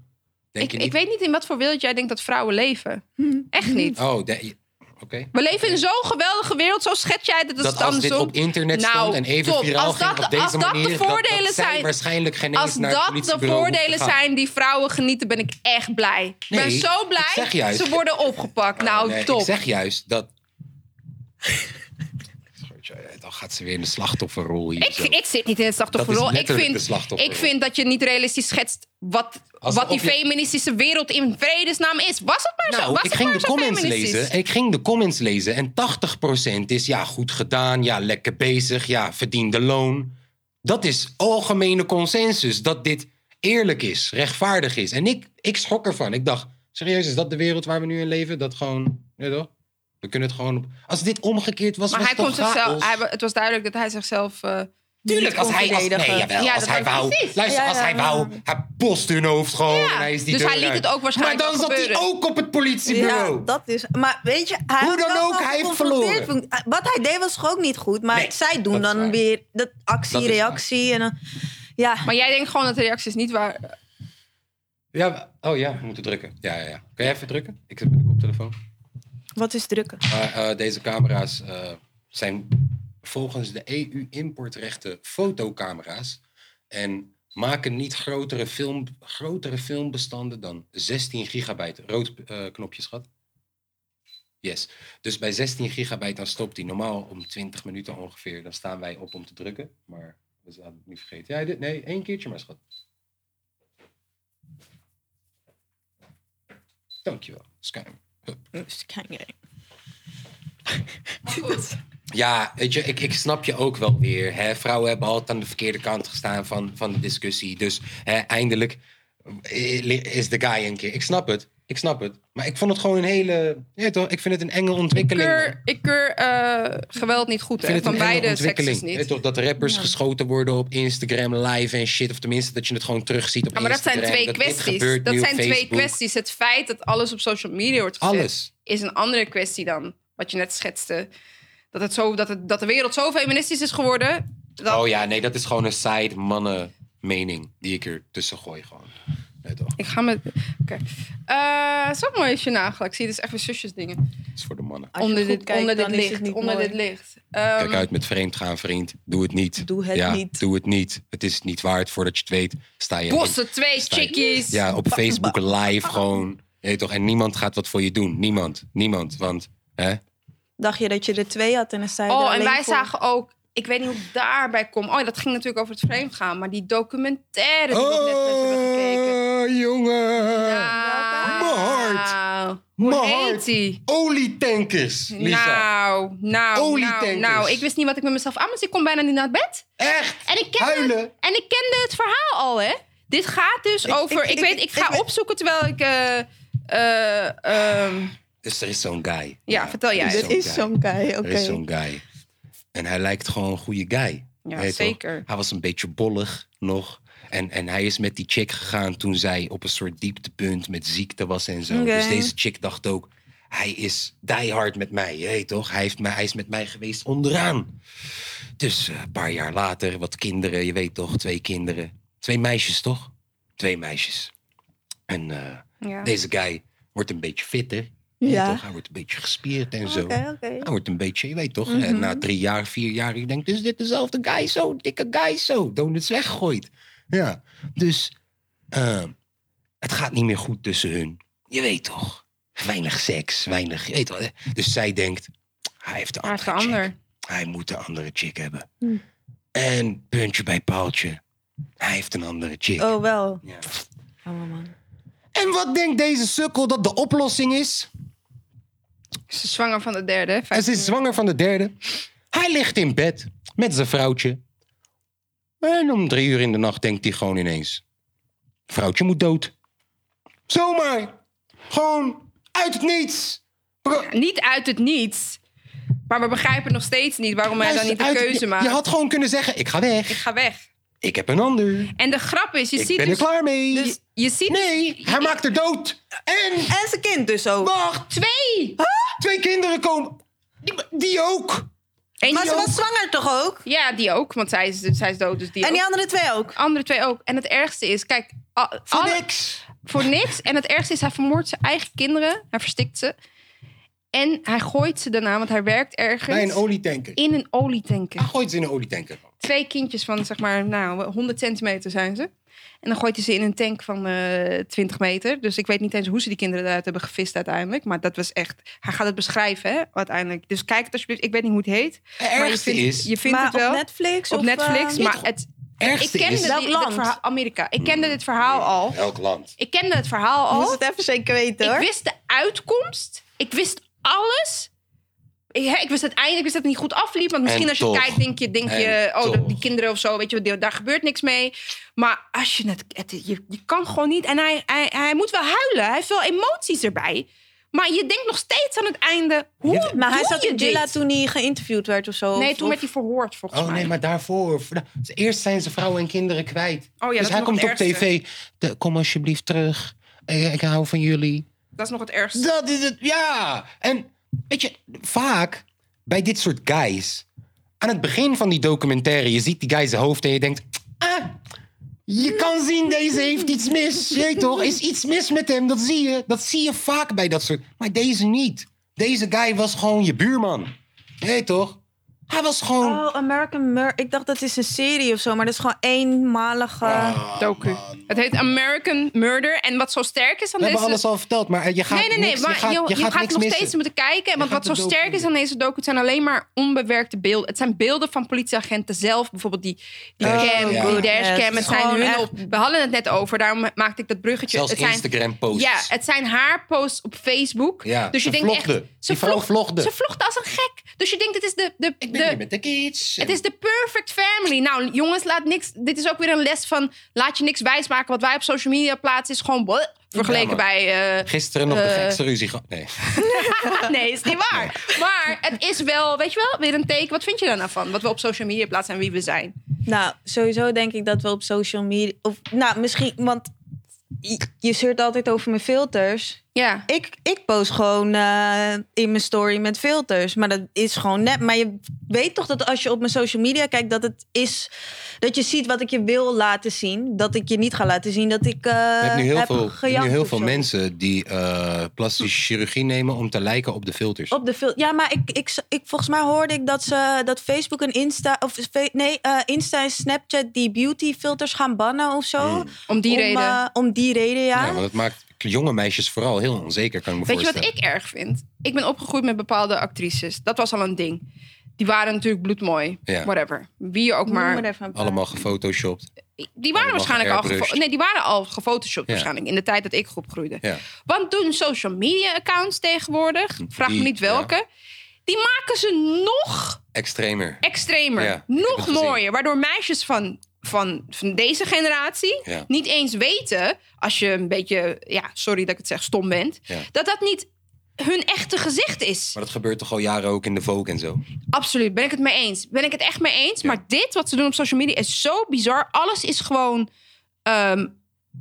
S1: Denk
S2: Ik,
S1: je
S2: ik
S1: niet?
S2: weet niet in wat voor wereld jij denkt dat vrouwen leven. Echt niet.
S1: Oh, de- je- oké.
S2: We leven in zo'n geweldige wereld, zo schets jij dat
S1: Dat
S2: het is
S1: als dit
S2: andersom.
S1: op internet
S2: Nou,
S1: stond en even
S2: top.
S1: viraal
S2: Als
S1: ging
S2: dat-
S1: op deze
S2: als dat de
S1: manier...
S2: voordelen
S1: zij
S2: zijn-
S1: waarschijnlijk geen eens
S2: Als
S1: naar het
S2: dat de
S1: politiebureau hoeft te
S2: voordelen
S1: gaan.
S2: zijn die vrouwen genieten, ben ik echt blij. Ik ben
S1: Nee,
S2: zo blij.
S1: ik zeg juist-
S2: Ze worden opgepakt. Nou,
S1: Nee,
S2: top.
S1: Ik zeg juist dat. Sorry, Dan gaat ze weer in de slachtofferrol hier.
S2: Ik,
S1: zo.
S2: ik zit niet in het
S1: Dat
S2: slachtofferrol.
S1: is
S2: Ik
S1: letterlijk de
S2: vind,
S1: slachtofferrol.
S2: ik vind dat je niet realistisch schetst wat,
S1: Als-
S2: wat die
S1: of je-
S2: feministische wereld in vredesnaam is. Was het maar zo?
S1: nou,
S2: Was
S1: ik
S2: het
S1: ging
S2: maar
S1: de
S2: zo
S1: comments
S2: feministisch?
S1: lezen. Ik ging de comments lezen en 80% is ja, goed gedaan, ja, lekker bezig, ja, verdiende loon. Dat is algemene consensus dat dit eerlijk is, rechtvaardig is. En ik, ik schrok ervan. Ik dacht, serieus, is dat de wereld waar we nu in leven? Dat gewoon, weet je wel? We kunnen het gewoon op. Als dit omgekeerd was,
S2: Maar
S1: was
S2: hij
S1: het
S2: kon
S1: toch chaos?
S2: zichzelf. Hij, het was duidelijk dat hij zichzelf. eh,
S1: Tuurlijk, als hij, als, nee,
S3: onverdedigen.
S1: jawel,
S2: Ja,
S1: als
S2: dat
S1: hij
S2: was
S1: wou.
S2: precies.
S1: Luister,
S3: Ja,
S1: als
S3: ja,
S1: hij
S3: ja.
S1: wou, hij post hun hoofd gewoon
S2: Ja,
S1: en hij is die
S2: dus
S1: deur
S2: hij liet
S1: uit.
S2: het ook waarschijnlijk
S1: Maar dan
S2: wel
S1: zat hij
S2: gebeuren.
S1: ook op het
S3: Ja,
S1: politiebureau.
S3: dat is. Maar weet je, hij
S1: Hoe
S3: had
S1: dan
S3: wel
S1: ook,
S3: gewoon
S1: hij heeft
S3: geconfronteerd
S1: verloren.
S3: moeten- Wat hij deed was toch ook niet goed, maar
S1: Nee,
S3: zij doen
S1: dat is waar.
S3: dan weer dat actie,
S1: Dat is
S3: reactie en dan- ja.
S2: Maar jij denkt gewoon dat de reacties niet waar.
S1: Ja, oh ja, we moeten drukken. Ja, ja, ja. Kun jij even drukken? Ik zit met de koptelefoon.
S3: Wat is drukken?
S1: Maar eh, deze camera's eh, zijn volgens de EU-importrechten fotocamera's. En maken niet grotere, film, grotere filmbestanden dan 16 gigabyte. Rood eh, knopje, schat. Yes. Dus bij 16 gigabyte dan stopt hij normaal om 20 minuten ongeveer. Dan staan wij op om te drukken. Maar we hadden het nu vergeten. Ja, dit, nee, één keertje maar, schat. Dankjewel. Skyrim. Ja, weet je, ik, ik snap je ook wel weer. Hè? Vrouwen hebben altijd aan de verkeerde kant gestaan van, van de discussie. Dus hè, eindelijk eh, is de guy een keer. Ik snap het, ik snap het. Maar ik vond het gewoon een hele... Ja, toch? Ik vind het een enge
S2: Ik
S1: ontwikkeling. man.
S2: keur, ik keur eh, geweld niet goed.
S1: Ik vind
S2: Hè?
S1: het
S2: Van
S1: een enge
S2: beide
S1: ontwikkeling.
S2: sekses niet.
S1: Weet toch, dat rappers geschoten worden op Instagram live en shit. Of tenminste, dat je het gewoon terugziet op
S2: Ja, maar dat
S1: Instagram.
S2: zijn twee
S1: dit
S2: kwesties.
S1: gebeurt
S2: Dat
S1: nu op
S2: zijn twee
S1: Facebook.
S2: kwesties. Het feit dat alles op social media wordt gezet,
S1: Alles.
S2: is een andere kwestie dan wat je net schetste. Dat, het zo, dat, het, dat de wereld zo feministisch is geworden. Dat,
S1: Oh ja, nee, dat is gewoon een side mannen mening die ik er tussen gooi gewoon. Nee, toch?
S2: Ik ga met. Oké. Eh, zo mooi is je nagel. Ik zie dus echt weer zusjes dingen.
S1: Dat is voor de mannen.
S3: Als je
S2: Onder
S3: goed
S2: dit,
S3: kijkt,
S2: onder dit
S3: dan is het
S2: licht.
S3: niet
S2: Onder
S3: mooi.
S2: dit licht. Ehm,
S1: Kijk uit met vreemd gaan, vriend. Doe het niet.
S3: Doe het
S1: ja,
S3: niet.
S1: Doe het niet. Het is het niet waard voordat je het weet. Sta je
S2: Bossen, twee
S1: sta je-
S2: chickies.
S1: ja, op Facebook live gewoon. Je weet toch? En niemand gaat wat voor je doen. Niemand. Niemand. Want hè?
S3: Dacht je dat je er twee had en dan zei je er
S2: Oh, en
S3: alleen
S2: wij
S3: voor.
S2: zagen ook. Ik weet niet hoe ik daarbij kom. Oh, dat ging natuurlijk over het frame gaan. Maar die documentaire die we op Netflix hebben gekeken.
S1: jongen.
S2: Nou,
S1: Oh. Mijn
S2: Hoe
S1: Mijn
S2: heet
S1: hart.
S2: die?
S1: Olietankers, Lisa.
S2: Nou, nou, nou,
S1: Olietankers.
S2: nou. Ik wist niet wat ik met mezelf aan moest. Ik kon bijna niet naar bed.
S1: Echt.
S2: En ik kende,
S1: Huilen.
S2: en ik kende het verhaal al, hè? Dit gaat dus over. Ik,
S3: ik- ik-
S2: weet, ik
S3: ik
S2: ga
S3: weet-
S2: opzoeken terwijl ik. eh, eh, ehm,
S1: Dus er is zo'n guy. Ja,
S2: vertel jij.
S1: er
S3: Dit is zo'n guy, oké.
S1: Er is zo'n guy. En hij lijkt gewoon een goede guy.
S2: Ja,
S1: Weet je toch?
S2: zeker.
S1: Hij was een beetje bollig nog. En, en hij is met die chick gegaan toen zij op een soort dieptepunt met ziekte was en zo.
S3: Oké.
S1: Dus deze chick dacht ook... Hij is diehard met mij, je weet toch? Hij, heeft mij, hij is met mij geweest onderaan. Dus eh, een paar jaar later, wat kinderen, je weet toch? Twee kinderen. Twee meisjes, toch? Twee meisjes. En eh,
S2: Ja.
S1: deze guy wordt een beetje fitter. je weet
S3: Ja.
S1: Toch? Hij wordt een beetje gespierd en
S3: Oké,
S1: zo.
S3: oké.
S1: Hij wordt Nou, een beetje, je weet toch, eh,
S3: Mhm.
S1: na drie jaar, vier jaar, je denkt, is dit dezelfde guy zo, dikke guy zo, donuts weggooit. Ja, dus eh, het gaat niet meer goed tussen hun. Je weet toch, weinig seks, weinig, je weet wel. eh. Dus zij denkt, hij heeft de
S2: Hij heeft
S1: andere
S2: een
S1: chick.
S2: ander.
S1: Hij moet de andere chick hebben.
S3: Hm.
S1: En puntje bij paaltje, hij heeft een andere chick.
S3: Oh, wel. Oh,
S1: Ja.
S3: man.
S1: En wat denkt deze sukkel dat de oplossing is?
S2: Ze is zwanger van de derde. hè?
S1: En ze is zwanger van de derde. Hij ligt in bed met zijn vrouwtje. En om drie uur in de nacht denkt hij gewoon ineens: vrouwtje moet dood. Zomaar. Gewoon uit het niets. Bro-
S2: Niet uit het niets. Maar we begrijpen nog steeds niet waarom hij dan
S1: Luister,
S2: niet de
S1: uit-
S2: keuze
S1: je-
S2: maakt.
S1: Je had gewoon kunnen zeggen: ik ga
S2: Ik
S1: weg.
S2: ga weg.
S1: Ik heb een ander.
S2: En de grap is, je
S1: ik
S2: ziet
S1: ben
S2: dus...
S1: er klaar mee.
S2: dus je ziet
S1: nee, hij maakt er dood. En
S3: En zijn kind dus ook.
S1: wacht,
S2: twee!
S1: twee kinderen komen. Die, die ook.
S2: Eén
S3: Maar
S2: die
S3: ze
S2: ook.
S3: was zwanger toch ook?
S2: Ja, die ook, want zij is, zij is dood, dus die
S3: En die
S2: ook.
S3: andere twee ook.
S2: Andere twee ook. En het ergste is, kijk... a-
S1: Voor
S2: alle-
S1: niks.
S2: voor niks. En het ergste is, hij vermoordt zijn eigen kinderen. Hij verstikt ze. En hij gooit ze daarna, want hij werkt ergens...
S1: Bij een olietanker.
S2: in een olietanker.
S1: Hij gooit ze in een olietanker.
S2: Twee kindjes van, zeg maar, nou, 100 centimeter zijn ze. En dan gooit hij ze in een tank van eh 20 meter. Dus ik weet niet eens hoe ze die kinderen eruit hebben gevist uiteindelijk. Maar dat was echt... Hij gaat het beschrijven, hè, uiteindelijk. Dus kijk het alsjeblieft. Ik weet niet hoe het heet.
S1: Het
S2: maar je
S1: ergste
S2: vindt,
S1: is.
S2: Je vindt
S3: maar
S2: het wel
S3: op Netflix?
S2: op
S3: of,
S2: Netflix.
S3: eh,
S2: maar het, ik
S1: ergste
S2: kende
S1: is-
S2: dit-
S3: Welk
S2: dit
S3: land?
S2: verhaal- Amerika. Ik kende dit verhaal al.
S1: Elk land.
S2: Ik kende het verhaal
S3: Je
S2: al.
S3: moest het even zeker weten
S2: Ik
S3: hoor.
S2: wist de uitkomst. Ik wist alles. Ik, hè, ik wist het einde. Ik wist dat het niet goed afliep. Want misschien
S1: En
S2: als je
S1: toch.
S2: kijkt, denk je, denk je
S1: En
S2: oh, dat-
S1: toch.
S2: die kinderen of zo, weet je, die- daar gebeurt niks mee. Maar als je het, het je, je kan gewoon niet. En hij, hij, hij moet wel huilen. Hij heeft wel emoties erbij. Maar je denkt nog steeds aan het einde. Hoe
S1: Ja,
S3: Maar hij
S2: doe
S3: zat
S2: je
S3: in Jilla
S2: dit?
S3: toen hij geïnterviewd werd of zo.
S2: Nee,
S3: of-
S2: toen werd
S3: of-
S2: hij verhoord volgens
S1: Oh
S2: mij.
S1: nee, maar daarvoor. voor- dus Eerst zijn ze vrouwen en kinderen kwijt.
S2: Oh ja, dat
S1: dus
S2: is
S1: hij
S2: nog
S1: komt
S2: het
S1: op
S2: ergste.
S1: tv. De, kom alsjeblieft terug. Eh, Ik hou van jullie.
S2: Dat is nog het ergste.
S1: Dat is het, ja. En weet je, vaak bij dit soort guys. Aan het begin van die documentaire, je ziet die guy zijn hoofd en je denkt... Ah, je kan zien, deze heeft iets mis. Je weet toch, is iets mis met hem, dat zie je. Dat zie je vaak bij dat soort... Maar deze niet. Deze guy was gewoon je buurman. Je weet toch? Hij was gewoon...
S3: Oh, American Murder. Ik dacht dat is een serie of zo, maar dat is gewoon eenmalige.
S1: Ah,
S2: Docu.
S1: man.
S2: Het heet American Murder. En wat zo sterk is aan
S1: We
S2: deze...
S1: hebben alles al verteld, maar eh, je gaat
S2: Nee, nee, nee.
S1: niks,
S2: maar
S1: je gaat,
S2: joh,
S1: je gaat niks
S2: nog
S1: missen.
S2: steeds moeten kijken. Want
S1: gaat
S2: wat
S1: de
S2: zo
S1: docu
S2: sterk is aan deze docu, het zijn alleen maar onbewerkte beelden. Het zijn beelden van politieagenten zelf. Bijvoorbeeld die, die
S1: Oh,
S2: cam,
S1: ja.
S2: die
S1: goodness.
S2: dashcam. Het zijn
S3: Gewoon
S2: hun
S3: echt-
S2: op. We hadden het net over, daarom maakte ik dat bruggetje.
S1: Zelfs
S2: het zijn,
S1: Instagram-posts.
S2: Ja, het zijn haar posts op Facebook.
S1: Ja,
S2: dus je
S1: ze
S2: denkt echt...
S1: vlogde. Die vrouw
S2: vlogt-
S1: vlogde.
S2: Ze vlogde als een gek. Dus je denkt, het is de... de,
S1: Ik ben
S2: de
S1: hier met de kids.
S2: het is de perfect family. Nou, jongens, laat niks. Dit is ook weer een les van. Laat je niks wijsmaken. Wat wij op social media plaatsen is gewoon. bleh, vergeleken
S1: Ja, maar-
S2: bij. eh,
S1: Gisteren nog de
S2: Eh.
S1: gekste ruzie gehad. Nee.
S2: nee, is niet waar. Maar het is wel, weet je wel, weer een teken. Wat vind je daar nou van? Wat we op social media plaatsen en wie we zijn.
S3: Nou, sowieso denk ik dat we op social media. Of, nou, misschien, want je, je zeurt altijd over mijn filters.
S2: Ja.
S3: Ik, ik post gewoon eh, in mijn story met filters. Maar dat is gewoon nep. Maar je weet toch dat als je op mijn social media kijkt, dat het is. Dat je ziet wat ik je wil laten zien. Dat ik je niet ga laten zien dat ik. eh
S1: Je hebt nu heel
S3: heb
S1: veel, je hebt
S3: gejankt
S1: nu heel
S3: of
S1: veel
S3: zo.
S1: mensen die eh, plastische chirurgie nemen om te lijken op de filters.
S3: Op de fil- Ja, maar ik, ik, ik, volgens mij hoorde ik dat ze dat Facebook en Insta. Of fe- nee, eh, Insta en Snapchat die beauty filters gaan bannen of zo.
S1: Mm.
S2: Om die
S3: om,
S2: reden.
S3: eh, om die reden, ja.
S1: Ja, want het maakt jonge meisjes vooral heel onzeker, kan ik me
S2: Weet je wat
S1: voorstellen.
S2: ik erg vind? Ik ben opgegroeid met bepaalde actrices. Dat was al een ding. Die waren natuurlijk bloedmooi.
S1: Ja.
S2: Whatever. Wie je ook maar.
S3: Noem er even een paar.
S1: Allemaal gefotoshopt.
S2: Die waren
S1: Allemaal
S2: waarschijnlijk al,
S1: geairbrushed.
S2: gefo- nee, die waren al gefotoshopt
S1: Ja.
S2: waarschijnlijk. In de tijd dat ik opgroeide.
S1: Ja.
S2: Want doen social media accounts tegenwoordig, vraag
S1: Die,
S2: me niet welke, die maken ze nog
S1: Extremer.
S2: extremer,
S1: Ja, ik heb
S2: nog
S1: het gezien.
S2: mooier. Waardoor meisjes van, van, van deze generatie
S1: Ja.
S2: niet eens weten, als je een beetje, ja, sorry dat ik het zeg, stom bent,
S1: Ja.
S2: dat dat niet hun echte gezicht is.
S1: Maar dat gebeurt toch al jaren ook in de Vogue en zo.
S2: Absoluut, ben ik het mee eens. Ben ik het echt mee eens. Maar dit wat ze doen op social media is zo bizar. Alles is gewoon, ehm,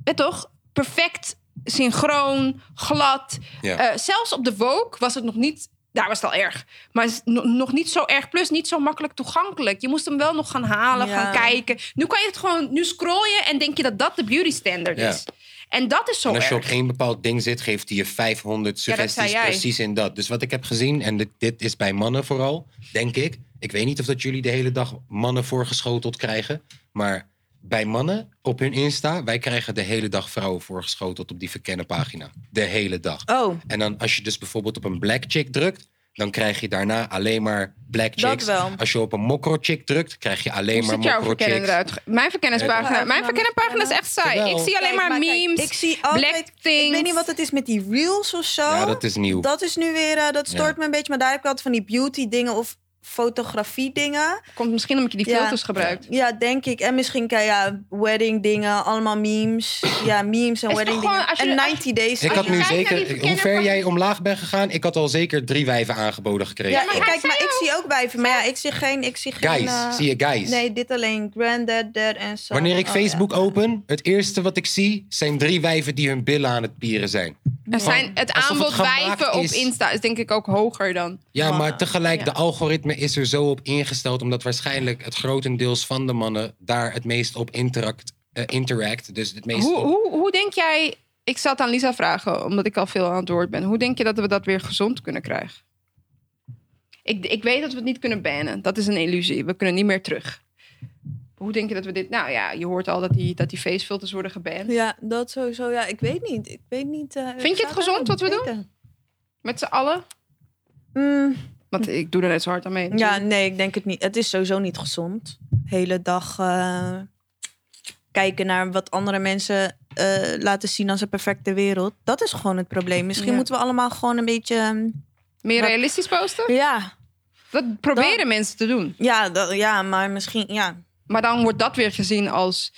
S2: weet toch, perfect synchroon, glad.
S1: Ja.
S2: Eh, zelfs op de Woke was het nog niet... Daar was het al erg. Maar het is no- nog niet zo erg. Plus niet zo makkelijk toegankelijk. Je moest hem wel nog gaan halen,
S3: Ja.
S2: gaan kijken. Nu kan je het gewoon... Nu scroll je en denk je dat dat de beauty standard
S1: Ja.
S2: is. En dat is zo
S1: En als je
S2: erg.
S1: op één bepaald ding zit, geeft hij je 500
S2: Ja, dat
S1: suggesties
S2: zei jij.
S1: precies in dat. Dus wat ik heb gezien, en dit, dit is bij mannen vooral, denk ik. Ik weet niet of dat jullie de hele dag mannen voorgeschoteld krijgen. Maar bij mannen op hun Insta, wij krijgen de hele dag vrouwen voorgeschoteld op die verkennen pagina. De hele dag.
S3: Oh,
S1: En dan als je dus bijvoorbeeld op een black chick drukt, dan krijg je daarna alleen maar black
S3: Dat
S1: chicks.
S3: wel.
S1: Als je op een mokro chick drukt, krijg je alleen
S2: Hoe
S1: maar
S2: ziet jouw
S1: mokro
S2: verkenner
S1: chicks.
S2: eruit? Mijn
S3: Ja,
S2: verkennerspagina,
S3: even
S2: mijn
S3: naar mijn
S2: verkennerpagina is echt saai.
S1: Terwijl-
S2: ik zie alleen
S3: Kijk,
S2: maar,
S3: kijk,
S2: memes,
S3: ik zie
S2: black
S3: altijd,
S2: things.
S3: Ik weet niet wat het is met die reels of zo.
S1: Ja, dat is nieuw.
S3: Dat is nu weer, eh, dat stoort
S1: Ja.
S3: me een beetje. Maar daar heb ik altijd van die beauty dingen of fotografie dingen.
S2: Komt misschien omdat je die
S3: Ja.
S2: filters gebruikt.
S3: Ja, denk ik. En misschien kijk, ja, wedding dingen, allemaal memes. Ja, memes en
S2: Is toch
S3: wedding
S2: gewoon,
S3: dingen.
S2: als je-
S3: en
S2: als je-
S3: 90 days.
S1: Ik
S2: Als
S1: had
S2: je
S1: nu
S2: kijkt naar die
S1: zeker,
S2: verkennen
S1: hoe ver
S2: van-
S1: jij omlaag bent gegaan, ik had al zeker drie wijven aangeboden gekregen.
S3: ja, maar
S2: hij
S3: kijk,
S2: zei
S3: maar ik zie ook wijven. Maar ja, ik zie geen, ik zie geen...
S1: guys,
S3: eh,
S1: zie je guys.
S3: Nee, dit alleen. Granddad, dad en zo.
S1: Wanneer ik
S3: Oh,
S1: Facebook open, het eerste wat ik zie zijn drie wijven die hun billen aan het pieren zijn.
S2: Er zijn het
S1: alsof het
S2: aanbod
S1: gemaakt
S2: wijven op
S1: is.
S2: Insta is denk ik ook hoger dan.
S1: Ja,
S3: Mannen,
S1: maar tegelijk,
S2: ja.
S1: de algoritme is er zo op ingesteld, omdat waarschijnlijk het grotendeels van de mannen daar het meest op interact. eh, interact dus het meest
S2: Hoe,
S1: op-
S2: hoe, hoe denk jij... Ik zal het aan Lisa vragen, omdat ik al veel aan het woord ben. Hoe denk je dat we dat weer gezond kunnen krijgen? Ik, ik weet dat we het niet kunnen bannen. Dat is een illusie. We kunnen niet meer terug. Hoe denk je dat we dit... Nou ja, je hoort al dat die, dat die facefilters worden geband.
S3: ja. Ja, dat sowieso. Ja, ik weet niet. Ik weet niet. eh,
S2: Vind je het
S3: zou ik
S2: gezond wat we
S3: weten.
S2: Met z'n allen.
S3: Mm,
S2: Want ik doe er net zo hard aan mee.
S3: ja, nee, ik denk het niet. Het is sowieso niet gezond. Hele dag eh, kijken naar wat andere mensen eh, laten zien als een perfecte wereld. Dat is gewoon het probleem. Misschien
S2: Ja.
S3: moeten we allemaal gewoon een beetje. ehm,
S2: Meer
S3: Wat-
S2: realistisch posten?
S3: ja,
S2: Dat proberen mensen te doen.
S3: ja, dat- ja, maar misschien. Ja.
S2: Maar dan wordt dat weer gezien als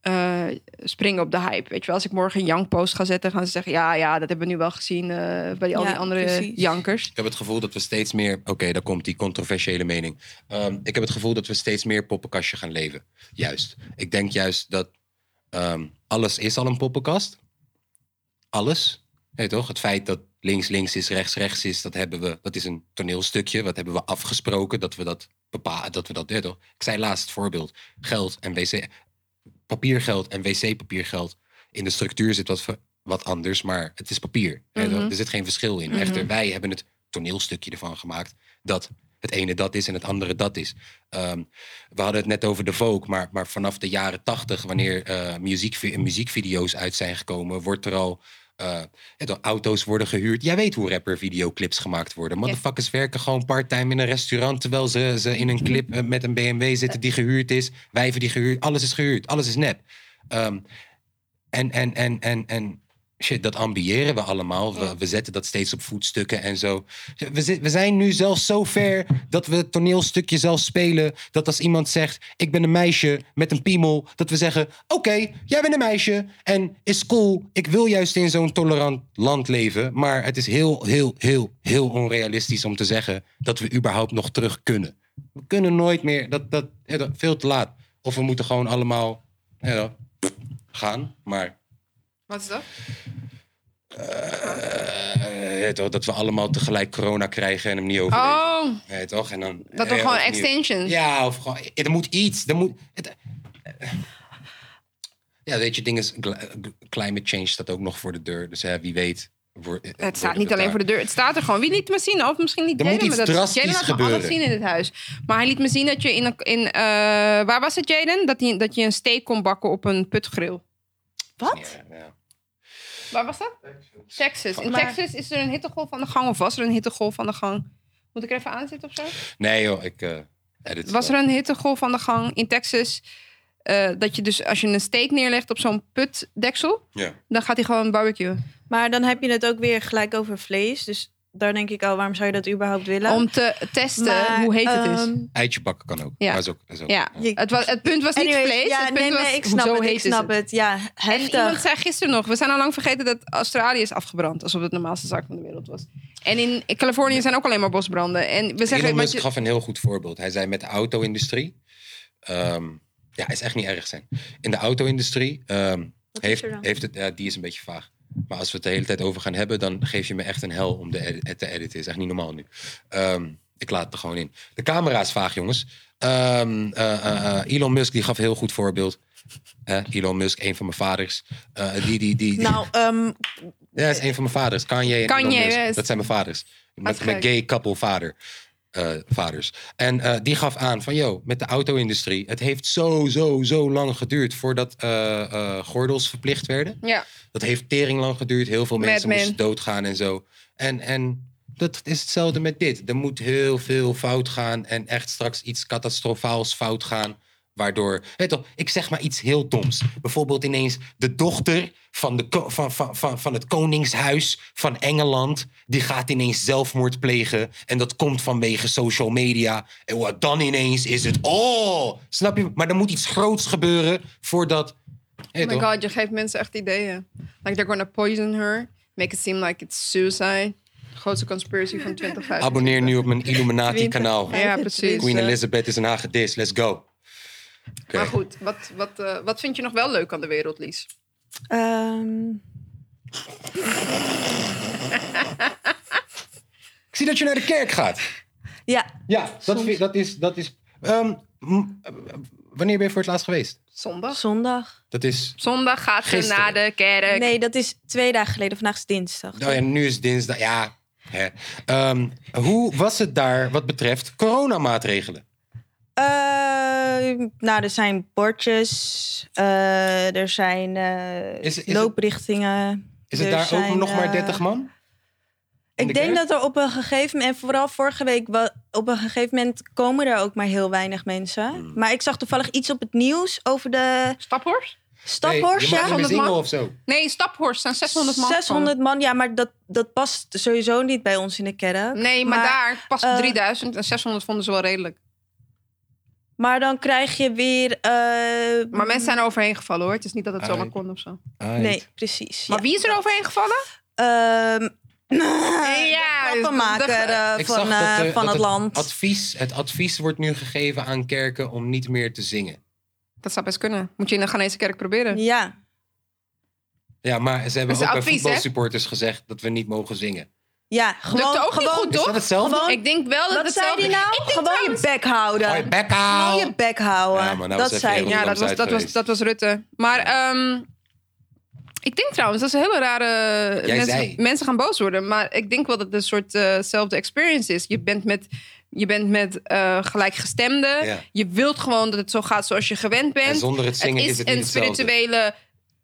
S2: eh, springen op de hype. Weet je wel, als ik morgen een jankpost ga zetten, gaan ze zeggen: Ja, ja, dat hebben we nu wel gezien eh, bij die, al
S3: Ja,
S2: die andere
S3: precies.
S2: jankers.
S1: Ik heb het gevoel dat we steeds meer. Oké, daar komt die controversiële mening. Ehm, ik heb het gevoel dat we steeds meer poppenkastje gaan leven. Juist. Ik denk juist dat ehm, alles is al een poppenkast. Alles. Nee, toch? Het feit dat links links is, rechts rechts is, dat hebben we. Dat is een toneelstukje. Wat hebben we afgesproken dat we dat bepalen? Dat we dat. nee, toch? Ik zei laatst het voorbeeld: geld en wc. Papiergeld en wc-papiergeld. In de structuur zit wat, ver- wat anders, maar het is papier. hè, toch?
S2: Mhm.
S1: Er zit geen verschil in. Echter, wij hebben het toneelstukje ervan gemaakt. Dat het ene dat is en het andere dat is. Ehm, we hadden het net over de Vogue, maar, maar vanaf de jaren tachtig, wanneer eh, muziek, muziekvideo's uit zijn gekomen, wordt er al. eh, het al auto's worden gehuurd. Jij weet hoe rapper videoclips gemaakt worden. Motherfuckers werken gewoon part-time in een restaurant. terwijl ze, ze in een clip eh, met een BMW zitten die gehuurd is. Wijven die gehuurd. Alles is gehuurd. Alles is nep. Ehm, en, en, en, en, en shit, dat ambiëren we allemaal. We, we zetten dat steeds op voetstukken en zo. We, zi- we zijn nu zelfs zo ver dat we het toneelstukje zelf spelen. Dat als iemand zegt, ik ben een meisje met een piemel. Dat we zeggen, oké, jij bent een meisje. En is cool, ik wil juist in zo'n tolerant land leven. Maar het is heel, heel, heel, heel onrealistisch om te zeggen... dat we überhaupt nog terug kunnen. We kunnen nooit meer, dat, dat, ja, dat veel te laat. Of we moeten gewoon allemaal ja, gaan, maar...
S2: Wat is dat?
S1: Eh, ja, toch, dat we allemaal tegelijk corona krijgen en hem niet overleven.
S2: Oh,
S1: Ja, toch? En dan,
S2: dat we
S1: eh,
S2: gewoon
S1: opnieuw.
S2: extensions.
S1: Ja, of gewoon... Er moet iets. Er moet... Het, ja, weet je, het ding is... gla- Climate change staat ook nog voor de deur. Dus hè, wie weet... eh, wordt-
S2: Het
S1: wordt
S2: staat niet alleen
S1: daar.
S2: voor de deur. Het staat er gewoon. Wie liet me zien? Of misschien niet
S1: Er moet
S2: Jaden,
S1: iets
S2: maar dat
S1: drastisch
S2: Jaden laat me
S1: gebeuren.
S2: alles zien in dit huis. Maar hij liet me zien dat je in... een- in eh, waar was het, Jaden? Dat, hij- dat je een steak kon bakken op een putgrill.
S3: Wat?
S1: Ja, ja.
S2: Waar was dat? Texas. In
S3: Maar-
S2: Texas is er een hittegolf aan de gang. Of was er een hittegolf aan de gang? Moet ik er even aanzitten of zo?
S1: Nee joh, ik... eh edit
S2: was er een hittegolf aan de gang in Texas. eh, dat je dus als je een steek neerlegt op zo'n putdeksel,
S1: Ja.
S2: dan gaat hij gewoon barbecue.
S3: Maar dan heb je het ook weer gelijk over vlees. Dus daar denk ik al, waarom zou je dat überhaupt willen?
S2: Om te testen
S3: Nou, Maar,
S2: hoe heet het is.
S3: ehm,
S1: Eitje bakken kan ook.
S2: Ja.
S1: Maar is ook, is ook
S2: Ja,
S3: je-
S2: het, was, het punt was niet
S3: anyways,
S2: vlees.
S3: Ja,
S2: het punt
S3: nee,
S2: was
S3: nee, ik snap
S2: hoezo
S3: het. Ik
S2: heet is
S3: snap het. Ja, heftig.
S2: En iemand zei gisteren nog, we zijn al lang vergeten dat Australië is afgebrand. Alsof het de normaalste zaak van de wereld was. En in Californië zijn ook alleen maar bosbranden. En we zeggen...
S1: Elon
S2: want
S1: Musk
S2: je-
S1: gaf een heel goed voorbeeld. Hij zei met de auto-industrie... ehm, ja, is echt niet erg zijn. In de auto-industrie ehm,
S3: Wat is
S1: heeft,
S3: er dan?
S1: heeft het... ja, die is een beetje vaag. Maar als we het de hele tijd over gaan hebben, dan geef je me echt een hel om de edi- het te editen. Is echt niet normaal nu. Ehm, ik laat het er gewoon in. De camera is vaag, jongens. Ehm, eh, eh, eh, Elon Musk die gaf een heel goed voorbeeld. Eh, Elon Musk, een van mijn vaders. Eh, die, die, die, die-
S3: Nou, ehm,
S1: ja, dat is een van mijn vaders. Kanye en
S2: Kanye
S1: Elon Musk.
S2: West.
S1: Dat zijn mijn vaders. Met,
S2: Wat
S1: met
S2: gek.
S1: gay couple vader. eh, vaders. En eh, die gaf aan van, yo, met de auto-industrie... het heeft zo, zo, zo lang geduurd voordat eh, eh, gordels verplicht werden.
S2: Ja,
S1: Dat heeft tering lang geduurd. Heel veel
S2: Mad
S1: mensen
S2: Men.
S1: moesten doodgaan en zo. En, en dat is hetzelfde met dit. Er moet heel veel fout gaan en echt straks iets catastrofaals fout gaan. Waardoor, weet toch, ik zeg maar iets heel doms. Bijvoorbeeld ineens de dochter van, de, ko- van, van, van, van het koningshuis van Engeland... die gaat ineens zelfmoord plegen. En dat komt vanwege social media. En wat dan ineens is het, oh! Snap je? Maar er moet iets groots gebeuren voordat... weet
S2: oh my
S1: toch?
S2: god, je geeft mensen echt ideeën. Like they're gonna poison her, make it seem like it's suicide. Grootste conspiracy van 2025.
S1: Abonneer nu op mijn Illuminati-kanaal.
S3: Winter.
S2: Ja, precies.
S1: Oh, Queen
S2: Eh,
S1: Elizabeth is een hagedis. Let's go. Oké.
S2: Maar goed, wat, wat, eh, wat vind je nog wel leuk aan de wereld, Lies?
S3: ehm,
S1: Ik zie dat je naar de kerk gaat.
S3: ja,
S1: Ja, dat, vind- dat is... Dat is ehm, m- eh, wanneer ben je voor het laatst geweest?
S2: Zondag?
S3: zondag.
S1: Dat is...
S2: Zondag gaat ze
S1: Gisteren.
S2: naar de kerk.
S3: Nee, dat is twee dagen geleden. Vandaag is dinsdag.
S1: Nou ja, nu is dinsdag. Ja. Hè. Ehm, hoe was het daar wat betreft coronamaatregelen?
S3: Eh, nou, er zijn bordjes, eh, er zijn eh,
S1: Is- is het-
S3: looprichtingen.
S1: Is het
S3: Er
S1: daar ook
S3: zijn,
S1: nog maar
S3: eh,
S1: 30 man? in de
S3: Ik denk
S1: kerk?
S3: dat er op een gegeven moment, en vooral vorige week, wa- op een gegeven moment komen er ook maar heel weinig mensen.
S1: Hmm.
S3: Maar ik zag toevallig iets op het nieuws over de
S2: Staphorst?
S3: staphorst.
S1: nee, je
S3: ja.
S1: mag niet meer
S2: 100 man?
S1: zingen of zo.
S2: Nee, Staphorst zijn 600 man.
S3: 600 man, ja, maar dat, dat past sowieso niet bij ons in de kerk.
S2: Nee, maar,
S3: Maar,
S2: daar past
S3: eh,
S2: 3000 en 600 vonden ze wel redelijk.
S3: Maar dan krijg je weer. eh,
S2: Maar mensen zijn er overheen gevallen hoor. Het is niet dat het
S1: Ah,
S2: zomaar
S1: ik-
S2: kon of zo.
S3: Nee, precies.
S2: Maar wie is er overheen gevallen?
S3: Ehm,
S2: Ja,
S3: de grappenmaker
S2: dat-
S3: eh,
S1: Ik
S3: van,
S1: zag dat,
S3: eh,
S1: eh,
S3: van
S1: dat
S3: het land.
S1: Advies, het advies wordt nu gegeven aan kerken om niet meer te zingen.
S2: Dat zou best kunnen. Moet je in de Ghanese kerk proberen.
S3: Ja.
S1: Ja, maar ze hebben
S2: Dat is
S1: ook bij
S2: advies, hè?
S1: voetbalsupporters gezegd dat we niet mogen zingen.
S3: Ja, gewoon.
S2: Lukte ook niet
S3: gewoon
S2: goed,
S1: Is
S2: toch?
S1: dat hetzelfde?
S3: Gewoon-
S2: Ik denk wel dat
S3: Wat zei
S2: hetzelfde...
S3: die nou? Gewoon je bek houden.
S1: Hoi, bek
S3: Gewoon
S1: hou!
S3: je bek houden.
S1: Ja, maar nou
S3: dat
S1: besef
S3: zei
S1: je
S3: hij.
S1: heel
S2: Ja, dat
S1: Rotterdam
S2: was,
S1: Zuid
S2: dat, was,
S1: geweest.
S2: dat was Rutte. Maar ehm, ik denk trouwens, dat is een hele rare...
S1: zei.
S2: mensen, mensen gaan boos worden. Maar ik denk wel dat het een soort eh, zelfde experience is. Je bent met, je bent met eh, gelijkgestemden.
S1: Ja.
S2: Je wilt gewoon dat het zo gaat zoals je gewend bent.
S1: En zonder het zingen is het niet
S2: een
S1: hetzelfde.
S2: spirituele...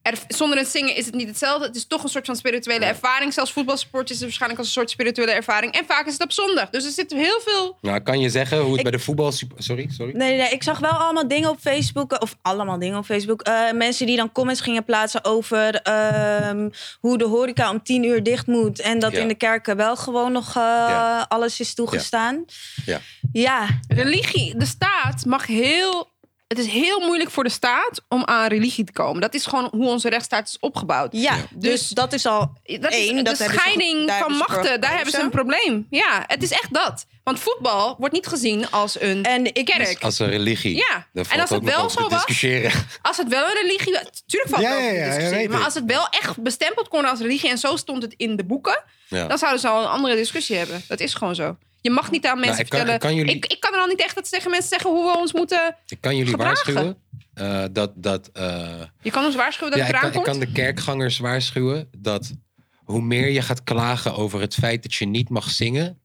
S2: erv- zonder het zingen is het niet hetzelfde. Het is toch een soort van spirituele ervaring. Zelfs voetbalsport is het waarschijnlijk als een soort spirituele ervaring. En vaak is het op zondag. Dus er zit heel veel...
S1: Nou, kan je zeggen hoe het
S3: Ik-
S1: bij de voetbal... Sorry, sorry.
S3: Nee, nee, nee, ik zag wel allemaal dingen op Facebook. eh, Of allemaal dingen op Facebook. eh, mensen die dan comments gingen plaatsen over ehm, hoe de horeca om tien uur dicht moet. En dat
S1: Ja.
S3: in de kerken wel gewoon nog eh,
S1: Ja.
S3: alles is toegestaan.
S1: Ja.
S3: Ja,
S2: Religie, de staat mag heel. Het is heel moeilijk voor de staat om aan religie te komen. Dat is gewoon hoe onze rechtsstaat is opgebouwd.
S3: ja.
S2: Dus-
S3: Dus, dat is al
S2: Dat is
S3: één.
S2: de
S3: dat hebben ze goed-
S2: scheiding
S3: daar
S2: van
S3: hebben ze voor
S2: machten. Daar hebben ze een
S3: gekozen.
S2: probleem. Ja, het is echt dat. Want voetbal wordt niet gezien als een
S3: En ik dus-
S2: kerk.
S1: Als een religie.
S2: Ja.
S1: Dan
S2: En
S1: valt
S2: als het
S1: ook nog
S2: wel
S1: over
S2: zo
S1: te
S2: was-
S1: discussiëren.
S2: Als het wel een religie was. Tuurlijk valt
S1: Ja,
S2: het wel
S1: ja,
S2: te
S1: ja, ja,
S2: discussiëren.
S1: weet
S2: Maar
S1: ik.
S2: als het wel echt bestempeld kon als religie en zo stond het in de boeken,
S1: Ja.
S2: dan zouden ze al een andere discussie hebben. Dat is gewoon zo. Je mag niet aan mensen
S1: Nou, ik kan-
S2: vertellen.
S1: ik kan jullie-
S2: ik, ik kan er al niet echt dat zeggen. Mensen zeggen hoe we ons moeten.
S1: Ik kan jullie
S2: Gedragen.
S1: waarschuwen eh, dat... dat eh,
S2: Je kan ons waarschuwen dat
S1: ja,
S2: het
S1: ik
S2: eraan
S1: kan, ik kan
S2: komt.
S1: de kerkgangers waarschuwen dat hoe meer je gaat klagen over het feit dat je niet mag zingen,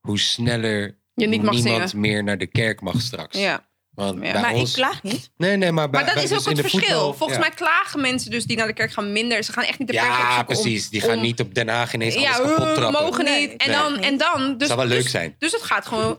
S1: hoe sneller
S2: Je niet mag
S1: niemand
S2: zingen.
S1: meer naar de kerk mag straks.
S2: Ja.
S1: Want
S2: Ja.
S1: bij
S3: Maar
S1: ons...
S3: ik klaag niet.
S1: Nee, nee, maar, bij-
S2: Maar dat
S1: bij-
S2: is
S1: dus
S2: ook
S1: in
S2: het
S1: de
S2: verschil.
S1: voetbal-
S2: Volgens
S1: ja.
S2: mij klagen mensen dus die naar de kerk gaan minder. Ze gaan echt niet de kerk
S1: Ja,
S2: opzoeken om-
S1: precies. Die gaan
S2: om-
S1: niet op Den Haag ineens
S2: ja,
S1: alles kapot
S2: eh,
S1: trappen.
S2: mogen
S3: Nee.
S2: niet. En
S1: Nee.
S2: dan, en dan. Dus,
S1: Zou wel leuk
S2: dus-
S1: zijn.
S2: Dus het gaat gewoon,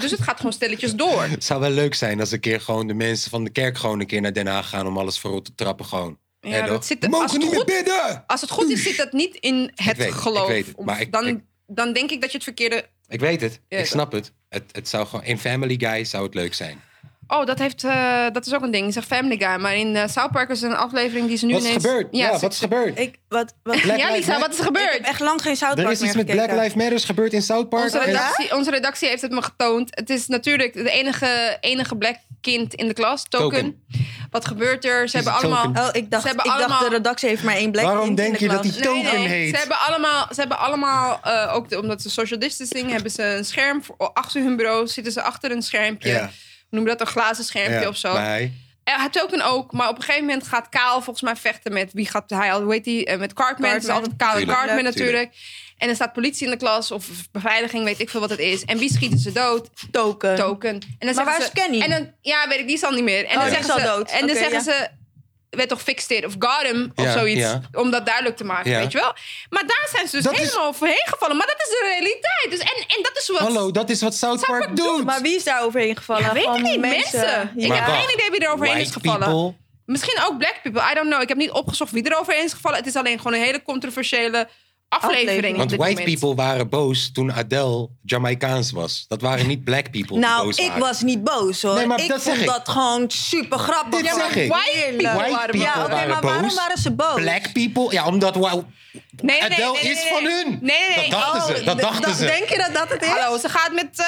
S2: dus het gaat gewoon stelletjes door.
S1: Het zou wel leuk zijn als een keer gewoon de mensen van de kerk gewoon een keer naar Den Haag gaan om alles verrot te trappen gewoon.
S2: Ja,
S1: Hè,
S2: dat
S1: toch?
S2: zit-
S1: We
S2: als
S1: mogen
S2: het
S1: niet meer
S2: goed-
S1: bidden!
S2: Als het goed is, zit dat niet in
S1: weet
S2: het
S1: het, ik
S2: geloof.
S1: weet het,
S2: Om-
S1: maar ik-
S2: dan,
S1: ik-
S2: dan denk ik dat je het verkeerde.
S1: Ik weet het.
S2: Ja,
S1: ik
S2: toch.
S1: snap het. het. Het zou gewoon... In Family Guy zou het leuk zijn.
S2: Oh, dat, heeft, eh, dat is ook een ding. Je zegt Family Guy. Maar in eh South Park is een aflevering die ze nu
S1: Wat is
S2: ineens...
S1: gebeurd? Ja,
S2: ze-
S1: wat is gebeurd?
S3: Ik, wat, wat,
S1: Black
S2: ja,
S1: Lives
S2: Lisa, wat is
S1: Matter.
S2: gebeurd?
S3: ik heb echt lang geen South
S1: Er
S3: Park
S1: is iets
S3: meer
S1: met Black
S3: gekeken.
S1: Lives Matter gebeurd in South Park.
S2: Onze
S1: En-
S2: redactie, onze redactie heeft het me getoond. Het is natuurlijk het enige, enige black kind in de klas, Token.
S1: Token.
S2: Wat gebeurt er? Ze hebben
S1: het
S2: allemaal...
S1: Token?
S3: Oh, ik dacht,
S2: Ze
S3: ik
S2: hebben
S3: dacht
S2: allemaal-
S3: de redactie heeft maar één black
S1: Waarom
S3: kind in
S1: denk
S3: de
S1: je dat
S3: klas.
S1: die Token heet?
S2: Ze hebben allemaal, ze hebben allemaal eh, ook de- omdat ze social distancing hebben ze een scherm voor, oh, achter hun bureau. Zitten ze achter een schermpje.
S1: Ja.
S2: Hoe Noem dat een glazen schermpje
S1: Ja,
S2: of zo.
S1: maar hij-
S2: Eh, Het Token ook, maar op een gegeven moment gaat Kaal volgens mij vechten met wie gaat hij al, hoe heet die, Eh, met Cartman. Het is
S3: Cartman.
S2: altijd Kaal en
S1: Tuurlijk,
S2: Cartman
S1: tuurlijk.
S2: natuurlijk. En er staat politie in de klas of beveiliging, weet ik veel wat het is. En wie schieten ze dood?
S3: Token.
S2: Token. En dan zeggen
S3: waar
S2: ze,
S3: is Kenny?
S2: En dan, ja, weet ik, die is al niet meer. En dan
S3: Oh, die
S2: zeggen
S3: is
S2: ze,
S3: al dood.
S2: En dan
S3: Oké,
S2: zeggen
S3: ja.
S2: ze, werd toch fixed it of got him of
S1: Ja,
S2: zoiets.
S1: ja.
S2: Om dat duidelijk te maken,
S1: Ja.
S2: weet je wel. Maar daar zijn ze dus
S1: Dat is-
S2: helemaal overheen gevallen. Maar dat is de realiteit. Dus en, en dat is wat...
S1: Hallo, dat is wat South Park,
S2: Park
S1: doet.
S3: Maar wie is daar overheen gevallen?
S2: Ja, weet ik
S3: Gewoon
S2: niet, mensen. Ik
S1: Maar
S2: heb
S1: wacht.
S2: geen idee wie er overheen is
S1: White
S2: gevallen.
S1: people.
S2: Misschien ook black people. I don't know. Ik heb niet opgezocht wie er overheen is gevallen. Het is alleen gewoon een hele controversiële aflevering.
S3: Aflevering.
S2: op
S1: Want
S2: dit
S1: white
S2: moment.
S1: people waren boos toen Adele Jamaicaans was. Dat waren niet black people die
S3: Nou,
S1: boos
S3: ik
S1: waren.
S3: was niet boos hoor.
S1: Nee, maar
S3: ik
S1: dat zeg
S3: vond
S1: ik.
S3: dat gewoon super grappig.
S1: Dit
S2: Ja, maar
S1: zeg ik.
S2: white people
S3: Heerlijk.
S1: White
S2: waren
S1: people
S2: boos.
S3: Ja, oké,
S1: waren
S3: maar waarom
S1: boos.
S3: waren ze boos?
S1: Black people? Ja, omdat wou-
S2: Nee, nee,
S1: Adele
S2: nee, nee,
S1: is
S2: nee.
S1: van hun.
S2: Nee, nee, nee.
S1: Dat dachten
S2: Oh,
S1: ze. Dat
S3: D-
S1: dachten
S3: dat-
S1: ze.
S3: Denk je dat dat het is?
S2: Hallo, ze gaat met... eh,